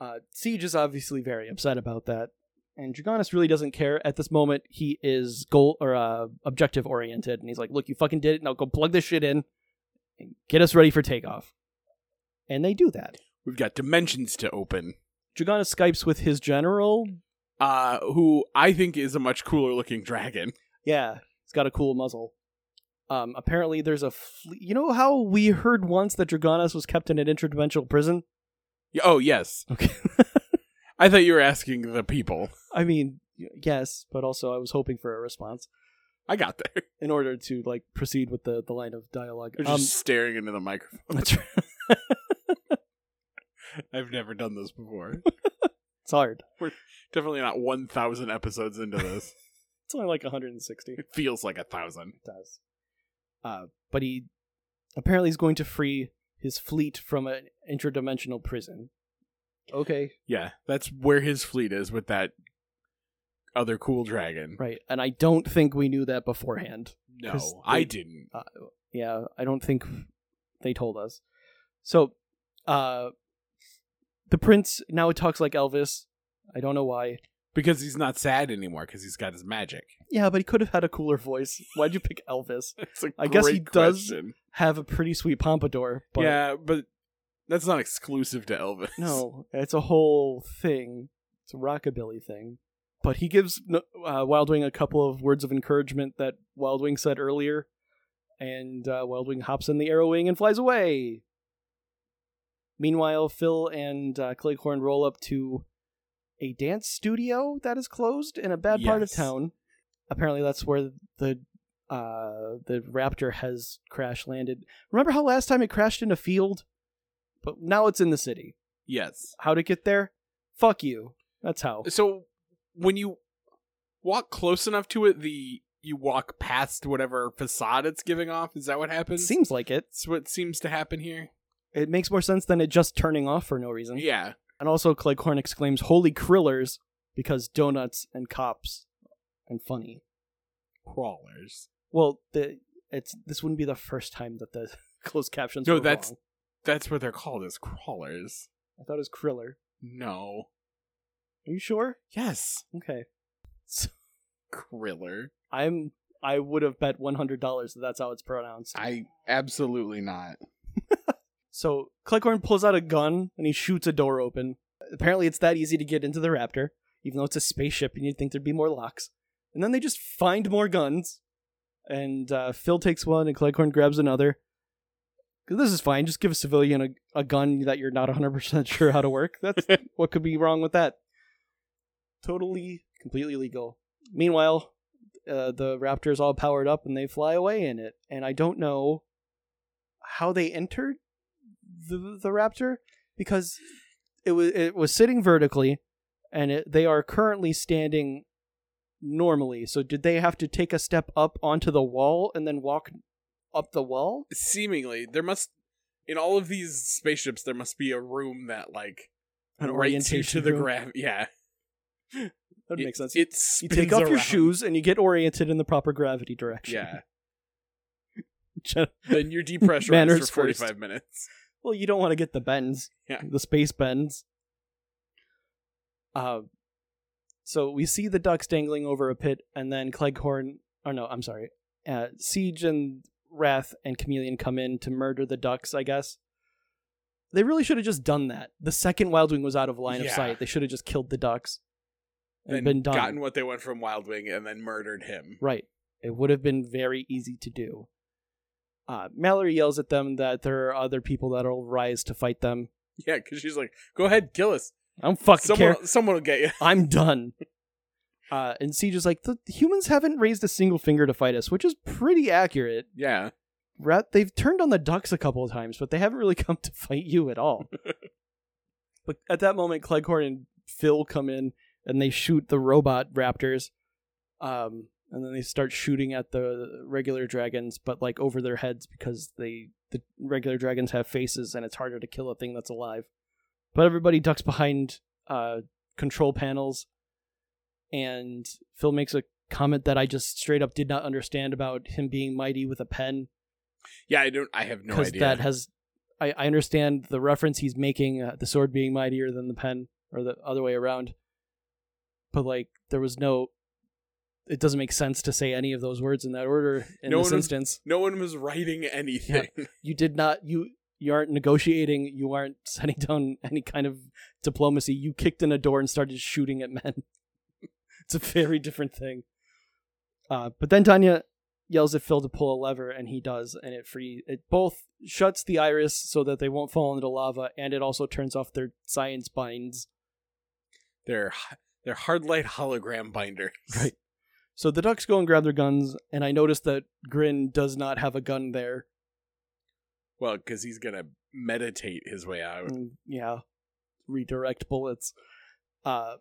Speaker 1: Uh, Siege is obviously very upset about that. And Dragonis really doesn't care at this moment. He is goal or uh, objective oriented, and he's like, "Look, you fucking did it. Now go plug this shit in, and get us ready for takeoff." And they do that.
Speaker 2: We've got dimensions to open.
Speaker 1: Dragana skypes with his general.
Speaker 2: Uh, who I think is a much cooler looking dragon.
Speaker 1: Yeah, he's got a cool muzzle. Um, apparently there's a fle- you know how we heard once that Draganas was kept in an interdimensional prison.
Speaker 2: Y- Oh yes.
Speaker 1: Okay.
Speaker 2: I thought you were asking the people.
Speaker 1: I mean, y- yes, but also I was hoping for a response
Speaker 2: I got there.
Speaker 1: in order to like proceed with the the line of dialogue.
Speaker 2: They're just
Speaker 1: Um,
Speaker 2: staring into the microphone.
Speaker 1: that's right.
Speaker 2: I've never done this before.
Speaker 1: Um, it's hard.
Speaker 2: Definitely not one thousand episodes into this.
Speaker 1: It's only like 160.
Speaker 2: It feels like a thousand.
Speaker 1: does. Uh, but he apparently is going to free his fleet from an interdimensional prison. Okay,
Speaker 2: Yeah, that's where his fleet is with that other cool dragon.
Speaker 1: right. And I don't think we knew that beforehand.
Speaker 2: No,
Speaker 1: 'Cause they-
Speaker 2: I didn't.
Speaker 1: uh, yeah, I don't think they told us. So, uh, the prince now talks like Elvis. I don't know why.
Speaker 2: Because he's not sad anymore because he's got his magic.
Speaker 1: Yeah, but he could have had a cooler voice. Why'd you pick Elvis?
Speaker 2: It's a
Speaker 1: I guess
Speaker 2: great
Speaker 1: he does,
Speaker 2: question.
Speaker 1: Have a pretty sweet pompadour, but
Speaker 2: Yeah, but that's not exclusive to Elvis.
Speaker 1: no, it's a whole thing. It's a rockabilly thing. But he gives no- uh, Wildwing a couple of words of encouragement that Wildwing said earlier, and uh, Wildwing hops in the arrow wing and flies away. Meanwhile, Phil and uh, Claycorn roll up to a dance studio that is closed in a bad part of
Speaker 2: Yes.
Speaker 1: town. Apparently, that's where the uh, the raptor has crash landed. Remember how last time it crashed in a field, but now it's in the city.
Speaker 2: Yes.
Speaker 1: How'd it get there? Fuck you. That's how.
Speaker 2: So when you walk close enough to it, the you walk past whatever facade it's giving off. Is that what happens?
Speaker 1: Seems like it.
Speaker 2: That's what seems to happen here.
Speaker 1: It makes more sense than it just turning off for no reason.
Speaker 2: Yeah.
Speaker 1: And also, Cleghorn exclaims, "Holy krillers!" because donuts and cops and funny.
Speaker 2: Crawlers.
Speaker 1: Well, the it's this wouldn't be the first time that the closed captions.
Speaker 2: No,
Speaker 1: were
Speaker 2: that's-
Speaker 1: wrong.
Speaker 2: That's what they're called is crawlers.
Speaker 1: I thought it was kriller.
Speaker 2: No.
Speaker 1: Are you sure?
Speaker 2: Yes.
Speaker 1: Okay,
Speaker 2: Kriller.
Speaker 1: I'm. I would have bet one hundred dollars that that's how it's pronounced.
Speaker 2: I absolutely not.
Speaker 1: So Cleghorn pulls out a gun and he shoots a door open. Apparently, it's that easy to get into the Raptor, even though it's a spaceship and you'd think there'd be more locks. And then they just find more guns, and uh, Phil takes one and Cleghorn grabs another. 'Cause This is fine. Just give a civilian a, a gun that you're not 100% sure how to work. That's what could be wrong with that. Totally, completely legal. Meanwhile, uh, the Raptor is all powered up and they fly away in it. And I don't know how they entered the the raptor because it was it was sitting vertically and it, they are currently standing normally so did they have to take a step up onto the wall and then walk up the wall
Speaker 2: Seemingly, there must in all of these spaceships there must be a room that like
Speaker 1: An
Speaker 2: orients you
Speaker 1: orientation
Speaker 2: to the
Speaker 1: room?
Speaker 2: grav. Yeah.
Speaker 1: that
Speaker 2: It-
Speaker 1: makes sense
Speaker 2: It
Speaker 1: you
Speaker 2: spins
Speaker 1: take off your
Speaker 2: around.
Speaker 1: shoes and you get oriented in the proper gravity direction
Speaker 2: Yeah.
Speaker 1: yeah
Speaker 2: Then you're depressurized
Speaker 1: Manners
Speaker 2: for 45
Speaker 1: first.
Speaker 2: minutes.
Speaker 1: well you don't want to get the bends
Speaker 2: Yeah.
Speaker 1: the space bends uh, so we see the ducks dangling over a pit and then cleghorn or no i'm sorry uh, siege and wrath and chameleon come in to murder the ducks i guess they really should have just done that the second wildwing was out of line of
Speaker 2: Yeah.
Speaker 1: sight they should have just killed the ducks and
Speaker 2: Then
Speaker 1: been done
Speaker 2: gotten what they want from Wild Wing and then murdered him.
Speaker 1: Right. It would have been very easy to do. Uh, Mallory yells at them that there are other people that'll rise to fight them.
Speaker 2: Yeah, because she's like, go ahead, kill us.
Speaker 1: I don't fucking
Speaker 2: Someone,
Speaker 1: care.
Speaker 2: someone will get you.
Speaker 1: I'm done. Uh, and Siege is like, the humans haven't raised a single finger to fight us, which is pretty accurate.
Speaker 2: Yeah.
Speaker 1: Rat, they've turned on the ducks a couple of times, but they haven't really come to fight you at all. but at that moment, Cleghorn and Phil come in and they shoot the robot raptors, um, and then they start shooting at the regular dragons, but like over their heads because they the regular dragons have faces and it's harder to kill a thing that's alive. But everybody ducks behind uh, control panels, and Phil makes a comment that I just straight up did not understand about him being mighty with a pen
Speaker 2: Yeah, I don't, I have no
Speaker 1: because
Speaker 2: idea.
Speaker 1: that has I, I understand the reference he's making uh, the sword being mightier than the pen or the other way around but like there was no it doesn't make sense to say any of those words in that order in
Speaker 2: No
Speaker 1: this
Speaker 2: one was-
Speaker 1: instance
Speaker 2: no one was writing anything.
Speaker 1: you did not you you aren't negotiating you aren't setting down any kind of diplomacy you kicked in a door and started shooting at men it's a very different thing uh, but then tanya yells at phil to pull a lever and he does and it free it both shuts the iris so that they won't fall into lava and it also turns off their science binds
Speaker 2: They're, they're hard light hologram binders.
Speaker 1: Right. so the ducks go and grab their guns and i notice that grin does not have a gun there
Speaker 2: Well, because he's going to meditate his way out.
Speaker 1: Mm, yeah redirect bullets uh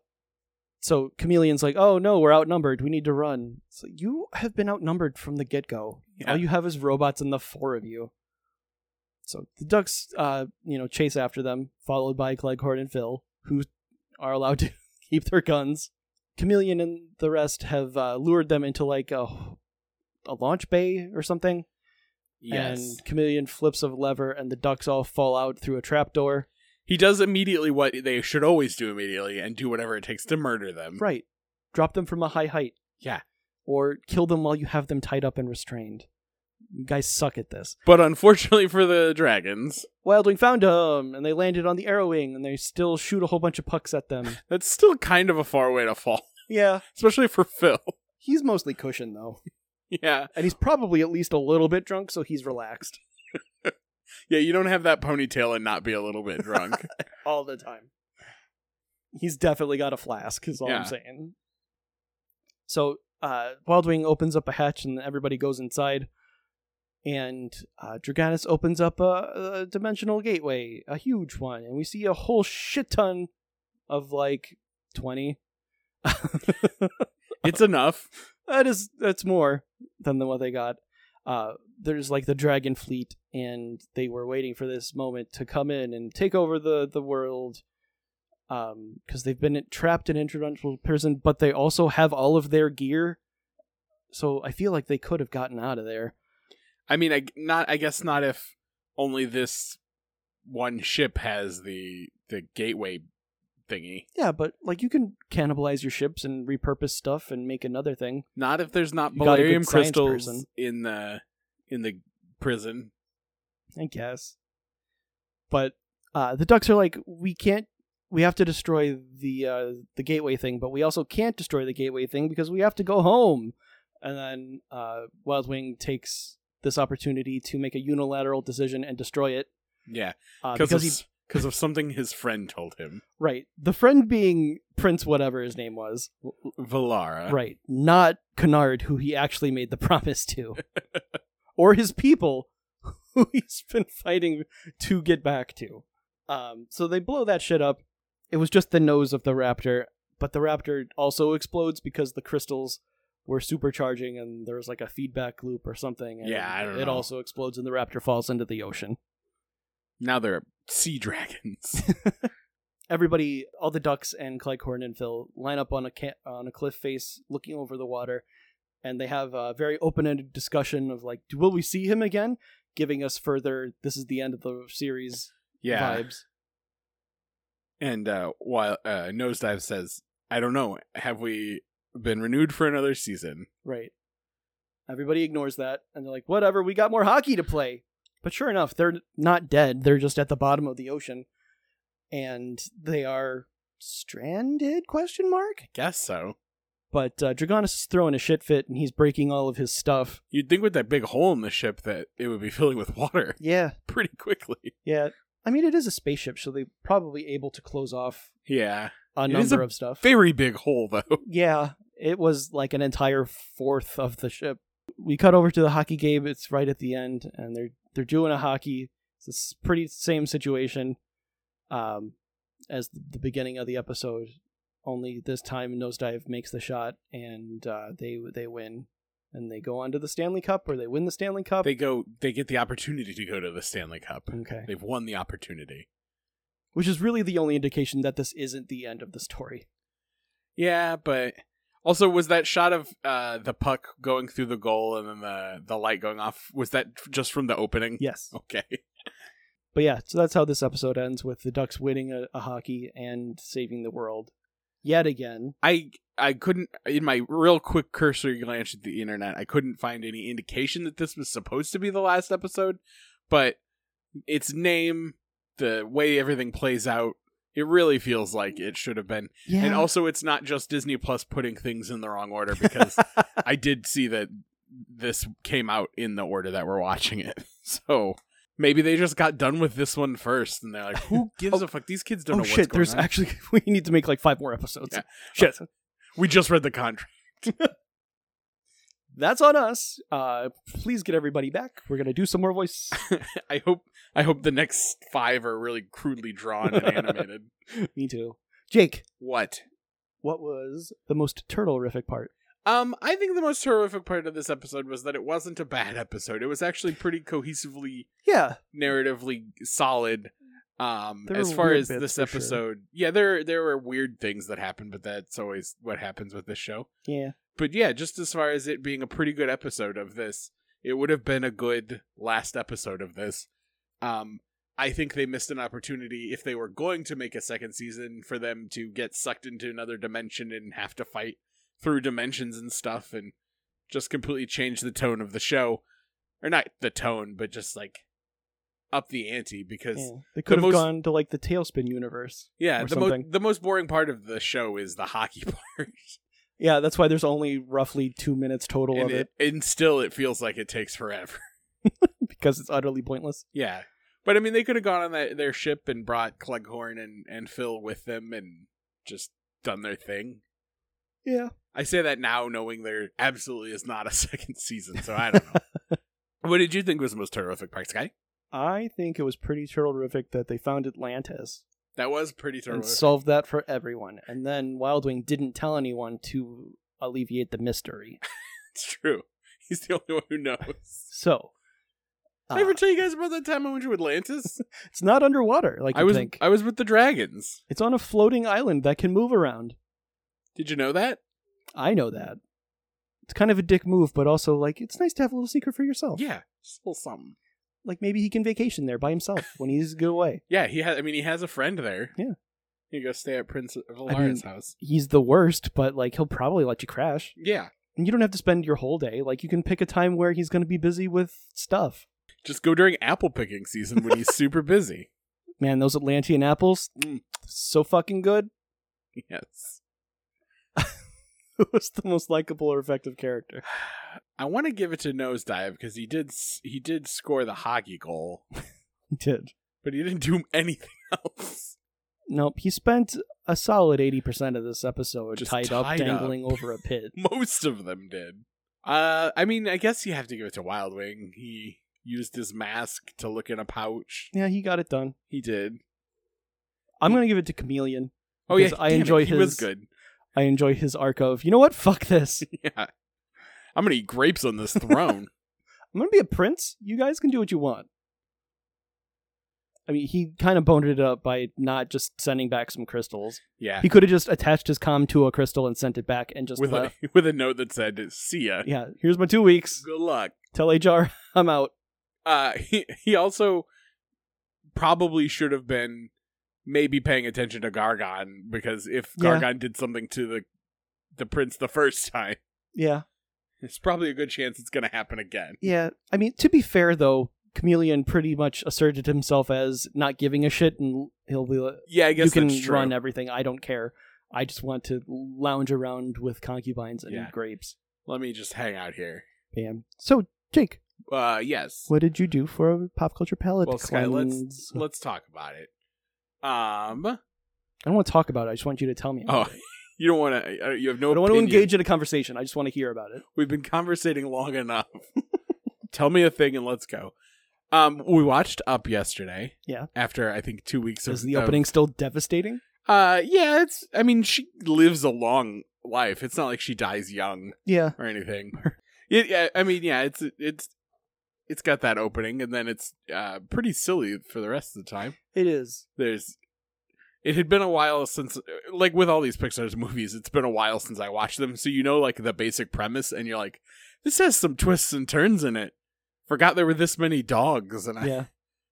Speaker 1: so chameleon's like oh no we're outnumbered we need to run so you have been outnumbered from the get-go
Speaker 2: Yeah.
Speaker 1: all you have is robots and the four of you so the ducks uh you know chase after them followed by cleghorn and phil who are allowed to keep their guns chameleon and the rest have uh, lured them into like a a launch bay or something
Speaker 2: Yes.
Speaker 1: and chameleon flips a lever and the ducks all fall out through a trapdoor
Speaker 2: he does immediately what they should always do immediately and do whatever it takes to murder them.
Speaker 1: Right. Drop them from a high height.
Speaker 2: Yeah.
Speaker 1: Or kill them while you have them tied up and restrained. You guys suck at this.
Speaker 2: But unfortunately for the dragons,
Speaker 1: Wildwing found them, and they landed on the Arrowwing, and they still shoot a whole bunch of pucks at them.
Speaker 2: that's still kind of a far way to fall,
Speaker 1: yeah.
Speaker 2: especially for Phil.
Speaker 1: He's mostly cushioned, though.
Speaker 2: Yeah.
Speaker 1: And he's probably at least a little bit drunk, so he's relaxed.
Speaker 2: Yeah, you don't have that ponytail and not be a little bit drunk.
Speaker 1: all the time. He's definitely got a flask, is all
Speaker 2: Yeah.
Speaker 1: I'm saying. So uh, Wildwing opens up a hatch and everybody goes inside. And uh, Draganis opens up a, a dimensional gateway, a huge one. And we see a whole shit ton of like 20.
Speaker 2: it's enough.
Speaker 1: that is that's more than the what they got. Uh, there's like the dragon fleet, and they were waiting for this moment to come in and take over the the world, because they've been trapped in interdimensional prison, but they also have all of their gear. So I feel like they could have gotten out of there.
Speaker 2: I mean, I not. I guess not if only this one ship has the the gateway thingy.
Speaker 1: Yeah, but like you can cannibalize your ships and repurpose stuff and make another thing.
Speaker 2: Not if there's not
Speaker 1: You got a good
Speaker 2: ballerium
Speaker 1: science
Speaker 2: crystals
Speaker 1: person.
Speaker 2: in the in the prison.
Speaker 1: I guess. But uh, the ducks are like, we can't. We have to destroy the uh, the gateway thing, but we also can't destroy the gateway thing because we have to go home. And then uh, Wildwing takes this opportunity to make a unilateral decision and destroy it
Speaker 2: Yeah,
Speaker 1: uh,
Speaker 2: because
Speaker 1: because he
Speaker 2: of, 'cause of something his friend told him.
Speaker 1: right the friend being Prince whatever his name was
Speaker 2: Valara.
Speaker 1: right not Kennard who he actually made the promise to or his people who he's been fighting to get back to. Um, so they blow that shit up. It was just the nose of the raptor, but the raptor also explodes because the crystals were supercharging and there was like a feedback loop or something. And
Speaker 2: Yeah, I don't
Speaker 1: It
Speaker 2: know.
Speaker 1: also explodes and the raptor falls into the ocean.
Speaker 2: Now they're sea dragons.
Speaker 1: everybody, all the ducks and Clycorn and Phil line up on a ca- on a cliff face, looking over the water, and they have a very open ended discussion of like, will we see him again? Giving us further, this is the end of the series
Speaker 2: yeah.
Speaker 1: vibes.
Speaker 2: And uh, while uh, Nosedive says, I don't know, have we been renewed for another season?
Speaker 1: Right. Everybody ignores that, and they're like, whatever, we got more hockey to play. But sure enough, they're not dead. They're just at the bottom of the ocean, and they are stranded? Question mark.
Speaker 2: Guess so.
Speaker 1: But uh, Dragonis is throwing a shit fit, and he's breaking all of his stuff.
Speaker 2: You'd think with that big hole in the ship that it would be filling with water
Speaker 1: Yeah,
Speaker 2: pretty quickly.
Speaker 1: Yeah. I mean, it is a spaceship, so they're probably able to close off
Speaker 2: Yeah.
Speaker 1: a
Speaker 2: It is
Speaker 1: number
Speaker 2: a
Speaker 1: of stuff.
Speaker 2: Very big hole, though.
Speaker 1: yeah, it was like an entire fourth of the ship. We cut over to the hockey game. It's right at the end, and they're they're doing a hockey. It's the s- pretty same situation um, as the, the beginning of the episode. Only this time, Nosedive makes the shot, and uh, they they win, and they go on to the Stanley Cup, or they win the Stanley Cup.
Speaker 2: They go, they get the opportunity to go to the Stanley Cup.
Speaker 1: okay,
Speaker 2: They've won the opportunity.
Speaker 1: which is really the only indication that this isn't the end of the story.
Speaker 2: Yeah, but also was that shot of uh, the puck going through the goal and then the, the light going off, was that just from the opening?
Speaker 1: Yes.
Speaker 2: Okay.
Speaker 1: But yeah, so that's how this episode ends with the Ducks winning a, a hockey and saving the world yet again.
Speaker 2: I I couldn't in my real quick cursory glance at the internet, I couldn't find any indication that this was supposed to be the last episode, but its name, the way everything plays out, it really feels like it should have been.
Speaker 1: Yeah.
Speaker 2: And oh, also it's not just Disney Plus putting things in the wrong order because
Speaker 1: Oh,
Speaker 2: I did see that this came out in the order that we're watching it. So maybe they just got done with this one first and they're like, who gives a fuck? These kids don't
Speaker 1: oh
Speaker 2: know what's
Speaker 1: shit,
Speaker 2: going
Speaker 1: there's
Speaker 2: on.
Speaker 1: actually we need to make like five more episodes.
Speaker 2: Yeah.
Speaker 1: Shit.
Speaker 2: we just read the contract.
Speaker 1: That's on us. Uh please get everybody back. We're gonna do some more voice.
Speaker 2: I hope I hope the next five are really crudely drawn and animated.
Speaker 1: Me too. Jake,
Speaker 2: What?
Speaker 1: what was the most turtle-rific part?
Speaker 2: Um, I think the most horrific part of this episode was that it wasn't a bad episode. It was actually pretty cohesively,
Speaker 1: Yeah.
Speaker 2: narratively solid. Um,
Speaker 1: There
Speaker 2: as
Speaker 1: were
Speaker 2: far
Speaker 1: weird
Speaker 2: as
Speaker 1: bits
Speaker 2: this
Speaker 1: for sure.
Speaker 2: episode, yeah, there there were weird things that happened, but that's always what happens with this show.
Speaker 1: Yeah.
Speaker 2: But yeah, just as far as it being a pretty good episode of this, it would have been a good last episode of this. Um, I think they missed an opportunity if they were going to make a second season for them to get sucked into another dimension and have to fight through dimensions and stuff and just completely change the tone of the show. Or not the tone, but just like up the ante because
Speaker 1: yeah. They could have
Speaker 2: most-
Speaker 1: gone to like the tailspin universe.
Speaker 2: yeah,
Speaker 1: Or
Speaker 2: the most
Speaker 1: something.
Speaker 2: the most boring part of the show is the hockey part.
Speaker 1: Yeah, that's why there's only roughly two minutes total
Speaker 2: and
Speaker 1: of it,
Speaker 2: it and still it feels like it takes forever.
Speaker 1: because it's utterly pointless.
Speaker 2: Yeah. But I mean, they could have gone on that, their ship and brought Cleghorn and, and Phil with them and just done their thing.
Speaker 1: Yeah.
Speaker 2: I say that now knowing there absolutely is not a second season, so I don't know. what did you think was the most terrific part, Sky?
Speaker 1: I think it was pretty terrific that they found Atlantis
Speaker 2: That was pretty
Speaker 1: and
Speaker 2: terrific.
Speaker 1: solved that for everyone. And then Wild Wing didn't tell anyone to alleviate the mystery.
Speaker 2: it's true. He's the only one who knows.
Speaker 1: So uh,
Speaker 2: Did I ever tell you guys about that time I went to Atlantis?
Speaker 1: it's not underwater like you
Speaker 2: I was
Speaker 1: think.
Speaker 2: I was with the dragons.
Speaker 1: it's on a floating island that can move around.
Speaker 2: Did you know that?
Speaker 1: I know that. It's kind of a dick move, but also like it's nice to have a little secret for yourself.
Speaker 2: Yeah, just a little something.
Speaker 1: Like maybe he can vacation there by himself when he's good away.
Speaker 2: Yeah, he has. I mean, he has a friend there.
Speaker 1: Yeah.
Speaker 2: he goes stay at Prince Valara's house.
Speaker 1: He's the worst, but like he'll probably let you crash.
Speaker 2: Yeah,
Speaker 1: And you don't have to spend your whole day. Like you can pick a time where he's going to be busy with stuff.
Speaker 2: just go during apple picking season when he's super busy.
Speaker 1: Man, those Atlantean apples,
Speaker 2: Mm.
Speaker 1: so fucking good.
Speaker 2: Yes,
Speaker 1: Who was the most likable or effective character?
Speaker 2: I want to give it to Nosedive because he did s- he did score the hockey goal,
Speaker 1: He did.
Speaker 2: but he didn't do anything else.
Speaker 1: Nope. He spent a solid 80% of this episode
Speaker 2: Just
Speaker 1: tied, up,
Speaker 2: tied up.
Speaker 1: dangling over a pit.
Speaker 2: Most of them did. Uh, I mean, I guess you have to give it to Wild Wing. He used his mask to look in a pouch.
Speaker 1: Yeah, he got it done.
Speaker 2: He did.
Speaker 1: I'm going to give it to Chameleon.
Speaker 2: Oh yeah,
Speaker 1: Because I
Speaker 2: damn it,
Speaker 1: enjoyed
Speaker 2: he was
Speaker 1: his-
Speaker 2: good.
Speaker 1: I enjoy his arc of, you know what? Fuck this.
Speaker 2: Yeah, I'm gonna eat grapes on this throne.
Speaker 1: I'm going to be a prince. You guys can do what you want. I mean, he kind of boned it up by not just sending back some crystals.
Speaker 2: yeah,
Speaker 1: He could have just attached his comm to a crystal and sent it back and just
Speaker 2: with
Speaker 1: left.
Speaker 2: a with a note that said, "See ya.
Speaker 1: yeah, here's my two weeks.
Speaker 2: Good luck."
Speaker 1: Tell HR I'm out.
Speaker 2: Uh, he he also probably should have been maybe paying attention to Gargon because if
Speaker 1: Yeah.
Speaker 2: Gargon did something to the the prince the first time,
Speaker 1: Yeah,
Speaker 2: it's probably a good chance it's gonna happen again.
Speaker 1: yeah. I mean, to be fair though, Chameleon pretty much asserted himself as not giving a shit, and he'll be like,
Speaker 2: Yeah, I guess
Speaker 1: "You can
Speaker 2: that's true.
Speaker 1: run everything. I don't care. I just want to lounge around with concubines and
Speaker 2: Yeah.
Speaker 1: grapes."
Speaker 2: Let me just hang out here.
Speaker 1: Man. So, Jake,
Speaker 2: Uh, yes.
Speaker 1: what did you do for a pop culture palette
Speaker 2: well, Sky, let's
Speaker 1: cleanse?
Speaker 2: let's talk about it. Um.
Speaker 1: I don't want to talk about it. I just want you to tell me.
Speaker 2: Oh, you don't want to. You have no.
Speaker 1: I don't want to
Speaker 2: opinion.
Speaker 1: engage in a conversation. I just want to hear about it.
Speaker 2: We've been conversating long enough. Tell me a thing and let's go. Um, we watched Up yesterday.
Speaker 1: Yeah.
Speaker 2: After I think two weeks
Speaker 1: Is
Speaker 2: of
Speaker 1: the
Speaker 2: of-
Speaker 1: opening still devastating?
Speaker 2: uh, yeah. It's. I mean, she lives a long life. It's not like she dies young
Speaker 1: Yeah.
Speaker 2: or anything. Yeah. yeah, I mean, yeah. It's it's it's got that opening, and then it's uh pretty silly for the rest of the time.
Speaker 1: It is.
Speaker 2: There's. It had been a while since, like with all these Pixar's movies, it's been a while since I watched them. So you know, like the basic premise, and you're like, this has some twists and turns in it. Forgot there were this many dogs, and I
Speaker 1: Yeah.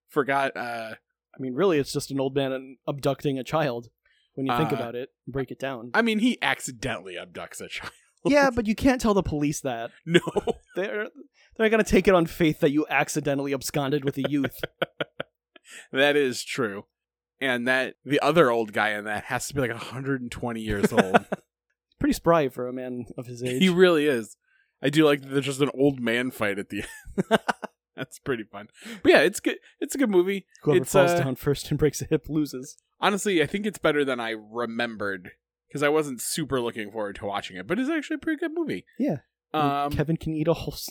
Speaker 2: forgot. uh
Speaker 1: I mean, really, it's just an old man abducting a child when you think
Speaker 2: Uh,
Speaker 1: about it, break it down.
Speaker 2: I mean, he accidentally abducts a child.
Speaker 1: yeah, but you can't tell the police that.
Speaker 2: No,
Speaker 1: They're they're going to take it on faith that you accidentally absconded with a youth.
Speaker 2: that is true. And that the other old guy in that has to be like 120 years old.
Speaker 1: Pretty spry for a man of his age.
Speaker 2: He really is. I do like that there's just an old man fight at the end. That's pretty fun. But yeah, it's good. It's a good movie.
Speaker 1: Whoever
Speaker 2: it's,
Speaker 1: falls
Speaker 2: uh,
Speaker 1: down first and breaks a hip loses.
Speaker 2: honestly, I think it's better than I remembered because I wasn't super looking forward to watching it, but it's actually a pretty good movie.
Speaker 1: Yeah.
Speaker 2: Um,
Speaker 1: Kevin can eat a whole s-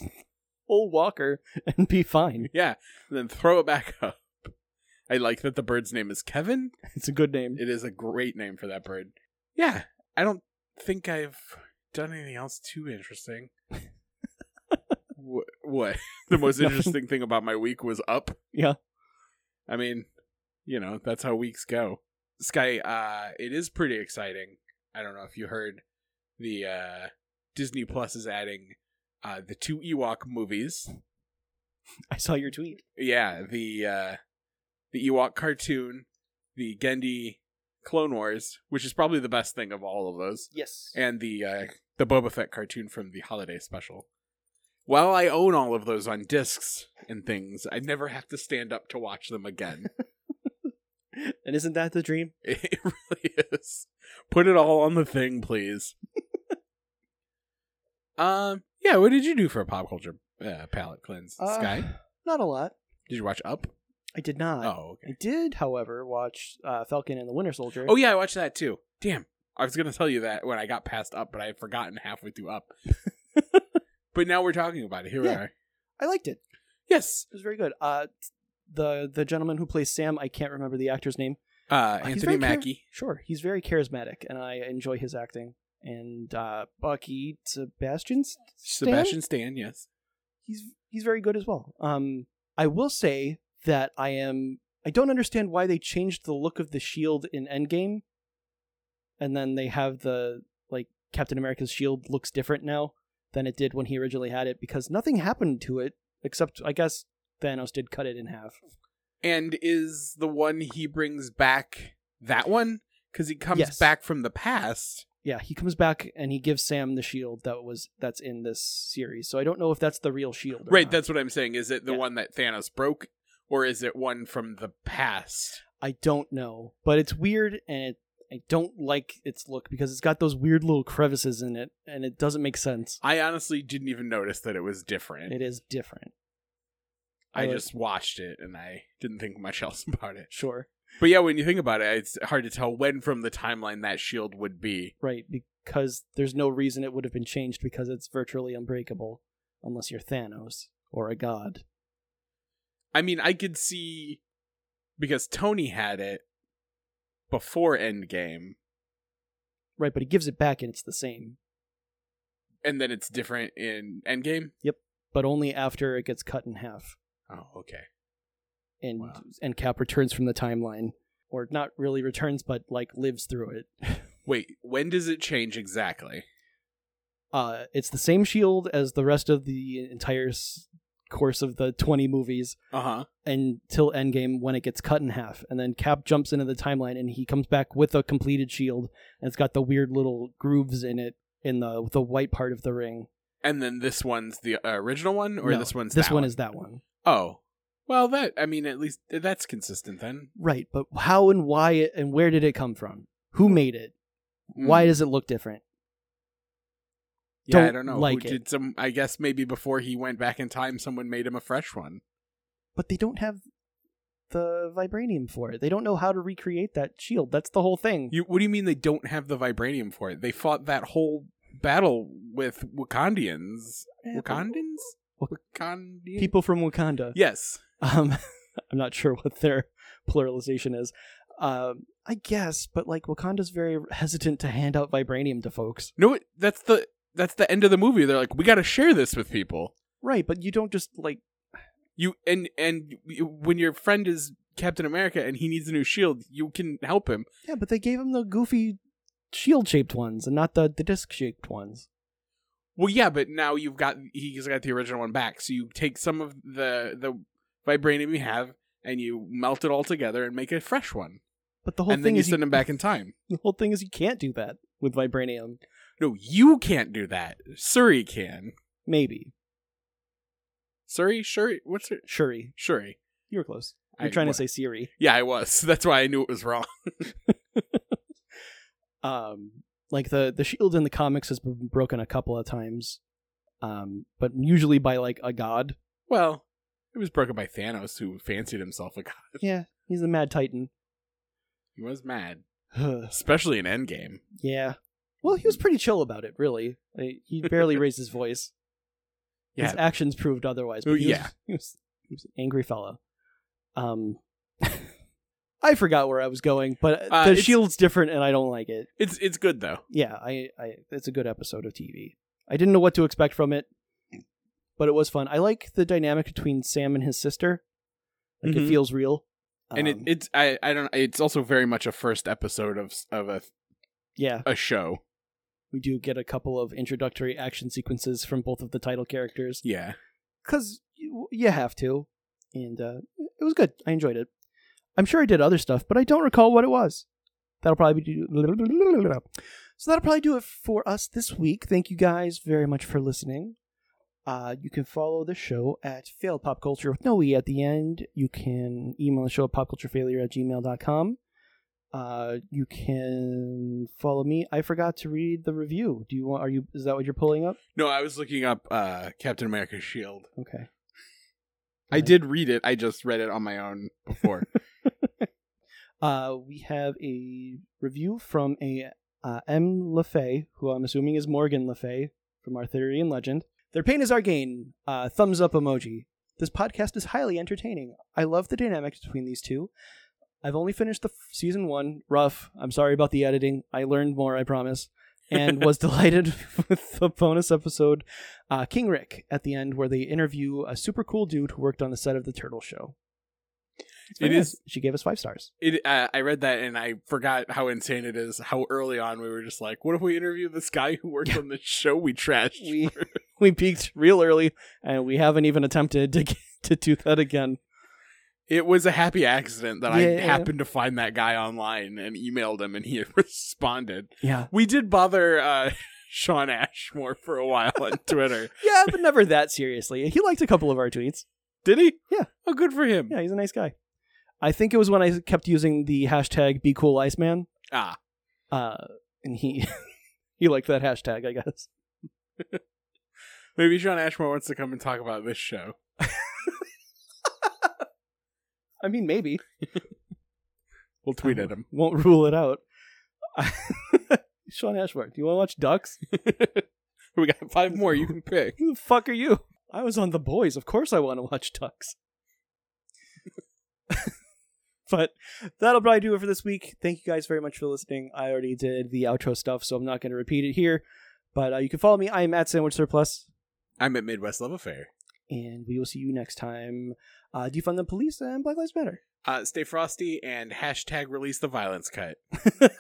Speaker 1: whole walker and be fine.
Speaker 2: yeah. And then throw it back up. I like that the bird's name is Kevin.
Speaker 1: It's a good name.
Speaker 2: It is a great name for that bird. Yeah. I don't think I've done anything else too interesting. Wh- what? The most
Speaker 1: Nothing.
Speaker 2: interesting thing about my week was up.
Speaker 1: Yeah.
Speaker 2: I mean, you know, that's how weeks go. Sky, uh, it is pretty exciting. I don't know if you heard the uh, Disney Plus is adding uh, the two Ewok movies.
Speaker 1: I saw your tweet.
Speaker 2: Yeah, the uh, the Ewok cartoon, the Gendy Clone Wars, which is probably the best thing of all of those,
Speaker 1: Yes.
Speaker 2: and the uh, the Boba Fett cartoon from the holiday special. While I own all of those on discs and things, I never have to stand up to watch them again.
Speaker 1: And isn't that the dream?
Speaker 2: It really is. Put it all on the thing, please. um, yeah. What did you do for a pop culture uh, palate cleanse? Sky,
Speaker 1: Not a lot.
Speaker 2: did you watch Up?
Speaker 1: I did not.
Speaker 2: Oh, okay.
Speaker 1: I did, however, watch uh, Falcon and the Winter Soldier.
Speaker 2: Oh yeah, I watched that too. Damn, I was gonna tell you that when I got past up, but I had forgotten halfway through up. but now we're talking about it. Here
Speaker 1: Yeah.
Speaker 2: we are.
Speaker 1: I liked it.
Speaker 2: Yes,
Speaker 1: It was very good. Uh, the the gentleman who plays Sam, I can't remember the actor's name.
Speaker 2: uh,
Speaker 1: He's
Speaker 2: Anthony
Speaker 1: very char-
Speaker 2: Mackie.
Speaker 1: Sure, he's very charismatic, and I enjoy his acting. And uh, Bucky Sebastian, Stan?
Speaker 2: Sebastian Stan. Yes.
Speaker 1: he's he's very good as well. Um, I will say that I am I don't understand why they changed the look of the shield in Endgame, and then they have the like Captain America's shield looks different now than it did when he originally had it because nothing happened to it except I guess Thanos did cut it in half.
Speaker 2: And is the one he brings back that one? Because he comes
Speaker 1: Yes.
Speaker 2: back from the past.
Speaker 1: Yeah, he comes back and he gives Sam the shield that was that's in this series. So I don't know if that's the real shield. or
Speaker 2: Right,
Speaker 1: not.
Speaker 2: that's what I'm saying. Is it the
Speaker 1: uh, Yeah.
Speaker 2: one that Thanos broke, or is it one from the past?
Speaker 1: I don't know, but it's weird and it, I don't like its look because it's got those weird little crevices in it and it doesn't make sense.
Speaker 2: I honestly didn't even notice that it was different.
Speaker 1: It is different.
Speaker 2: I,
Speaker 1: I like-
Speaker 2: just watched it and I didn't think much else about it.
Speaker 1: Sure.
Speaker 2: But yeah, when you think about it, it's hard to tell when from the timeline that shield would be.
Speaker 1: Right, because there's no reason it would have been changed because it's virtually unbreakable unless you're Thanos or a god.
Speaker 2: I mean, I could see because Tony had it before Endgame,
Speaker 1: Right, but he gives it back and it's the same,
Speaker 2: and then it's different in Endgame.
Speaker 1: but only after it gets cut in half
Speaker 2: Oh, okay.
Speaker 1: and
Speaker 2: Wow.
Speaker 1: and Cap returns from the timeline or not really returns but like lives through it.
Speaker 2: Wait, when does it change exactly?
Speaker 1: Uh, it's the same shield as the rest of the entire s- course of the 20 movies
Speaker 2: Uh huh.
Speaker 1: until Endgame when it gets cut in half. And then Cap jumps into the timeline and he comes back with a completed shield and it's got the weird little grooves in it in the the white part of the ring.
Speaker 2: And then this one's the uh, original one, or
Speaker 1: No,
Speaker 2: this one's
Speaker 1: This
Speaker 2: that
Speaker 1: one is that one.
Speaker 2: Oh, well, that I mean, at least that's consistent then.
Speaker 1: Right, but how and why it, and where did it come from? Who made it? Why does it look different?
Speaker 2: Mm, Yeah, I
Speaker 1: don't
Speaker 2: don't know.
Speaker 1: like
Speaker 2: Who
Speaker 1: it.
Speaker 2: did some? I guess maybe before he went back in time, someone made him a fresh one.
Speaker 1: But they don't have the vibranium for it. They don't know how to recreate that shield. That's the whole thing.
Speaker 2: You, what do you mean they don't have the vibranium for it? They fought that whole battle with Wakandians.
Speaker 1: Yeah, but
Speaker 2: Wakandans?
Speaker 1: Wak-
Speaker 2: Wakandians?
Speaker 1: People from Wakanda.
Speaker 2: Yes.
Speaker 1: Um, I'm not sure what their pluralization is. Um, I guess, but like Wakanda's very hesitant to hand out vibranium to folks.
Speaker 2: No, it- that's the that's the end of the movie. They're like, we got to share this with people.
Speaker 1: Right, but you don't just like
Speaker 2: You and and you- when your friend is Captain America and he needs a new shield, you can help him.
Speaker 1: yeah, but they gave him the goofy shield shaped ones and not the, the disc shaped ones.
Speaker 2: Well, yeah, but now you've got he's got the original one back, so you take some of the the vibranium you have and you melt it all together and make a fresh one,
Speaker 1: But the whole
Speaker 2: and
Speaker 1: thing
Speaker 2: then you
Speaker 1: is
Speaker 2: send him back in time.
Speaker 1: the whole thing is you can't do that with vibranium.
Speaker 2: No, you can't do that. Suri can.
Speaker 1: Maybe
Speaker 2: Suri, Shuri, what's her?
Speaker 1: Shuri,
Speaker 2: Shuri.
Speaker 1: you were close. You're
Speaker 2: I-
Speaker 1: trying
Speaker 2: what-
Speaker 1: to say Siri.
Speaker 2: Yeah, I was. That's why I knew it was wrong.
Speaker 1: um like the the shield in the comics has been broken a couple of times um but usually by like a god
Speaker 2: Well, it was broken by Thanos, who fancied himself a god.
Speaker 1: yeah he's the mad titan
Speaker 2: He was mad,
Speaker 1: Ugh,
Speaker 2: especially in Endgame.
Speaker 1: yeah well he was pretty chill about it really Like, he barely raised his voice his
Speaker 2: Yeah,
Speaker 1: actions proved otherwise but
Speaker 2: Oh,
Speaker 1: he was,
Speaker 2: yeah.
Speaker 1: he was he was an angry fellow um i forgot where i was going but
Speaker 2: Uh,
Speaker 1: the
Speaker 2: it's-
Speaker 1: shield's different and i don't like it
Speaker 2: it's it's good though.
Speaker 1: yeah, I, I it's a good episode of TV. I didn't know what to expect from it, but it was fun. I like the dynamic between Sam and his sister. Like it
Speaker 2: Mhm.
Speaker 1: feels real.
Speaker 2: and it,
Speaker 1: Mm-hmm. Um,
Speaker 2: it's I, I don't it's also very much a first episode of s- of a
Speaker 1: yeah,
Speaker 2: a show.
Speaker 1: we do get a couple of introductory action sequences from both of the title characters
Speaker 2: Yeah.
Speaker 1: because you, you have to, and uh, it was good. I enjoyed it. I'm sure I did other stuff, but I don't recall what it was. That'll probably do. So that'll probably do it for us this week. Thank you guys very much for listening. Uh, you can follow the show at Failed Pop Culture with no E at the end. You can email the show at popculturefailure at gmail.com. Uh, you can follow me. I forgot to read the review. Do you want? Are you? Is that what you're pulling up?
Speaker 2: No, I was looking up uh Captain America's shield.
Speaker 1: Okay.
Speaker 2: I did read it. I just read it on my own before.
Speaker 1: Uh, we have a review from a uh, M. LeFay, who I'm assuming is Morgan LeFay from Arthurian Legend. Their pain is our gain. Uh, thumbs up emoji. This podcast is highly entertaining. I love the dynamics between these two. I've only finished the f- season one. Rough. I'm sorry about the editing. I learned more, I promise. And was delighted with the bonus episode, uh, King Rick, at the end, where they interview a super cool dude who worked on the set of the Turtle Show. It's very
Speaker 2: It
Speaker 1: nice.
Speaker 2: is-
Speaker 1: She gave us five stars.
Speaker 2: It, uh, I read that and I forgot how insane it is. How early on we were just like, "What if we interview this guy who worked on this show we trashed?"
Speaker 1: We we peaked real early, and we haven't even attempted to get, to do that again.
Speaker 2: It was a happy accident that
Speaker 1: Yeah.
Speaker 2: I happened to find that guy online and emailed him, and he responded.
Speaker 1: Yeah,
Speaker 2: We did bother uh, Sean Ashmore for a while on Twitter.
Speaker 1: yeah, but never that seriously. He liked a couple of our tweets.
Speaker 2: Did he?
Speaker 1: Yeah.
Speaker 2: Oh, good for him.
Speaker 1: Yeah, he's a nice guy. I think it was when I kept using the hashtag Be Cool Iceman,
Speaker 2: Ah,
Speaker 1: uh, and he he liked that hashtag, I guess.
Speaker 2: maybe Sean Ashmore wants to come and talk about this show.
Speaker 1: I mean, maybe
Speaker 2: We'll tweet at him.
Speaker 1: won't rule it out. Sean Ashworth, do you want to watch Ducks?
Speaker 2: we got five more you can pick.
Speaker 1: Who the fuck are you? I was on The Boys. Of course I want to watch Ducks. but that'll probably do it for this week. Thank you guys very much for listening. I already did the outro stuff, so I'm not going to repeat it here. But uh, you can follow me. I am at Sandwich Surplus,
Speaker 2: I'm at Midwest Love Affair.
Speaker 1: and we will see you next time. Uh, defund the police and Black Lives Matter.
Speaker 2: Uh, stay frosty and hashtag release the violence cut.
Speaker 1: Let's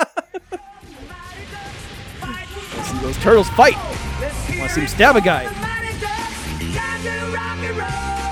Speaker 1: see those turtles fight.
Speaker 3: Let's hear
Speaker 1: Wanna see him
Speaker 3: it
Speaker 1: stab a
Speaker 3: from
Speaker 1: guy.
Speaker 3: the Mighty Ducks. Time to rock and roll.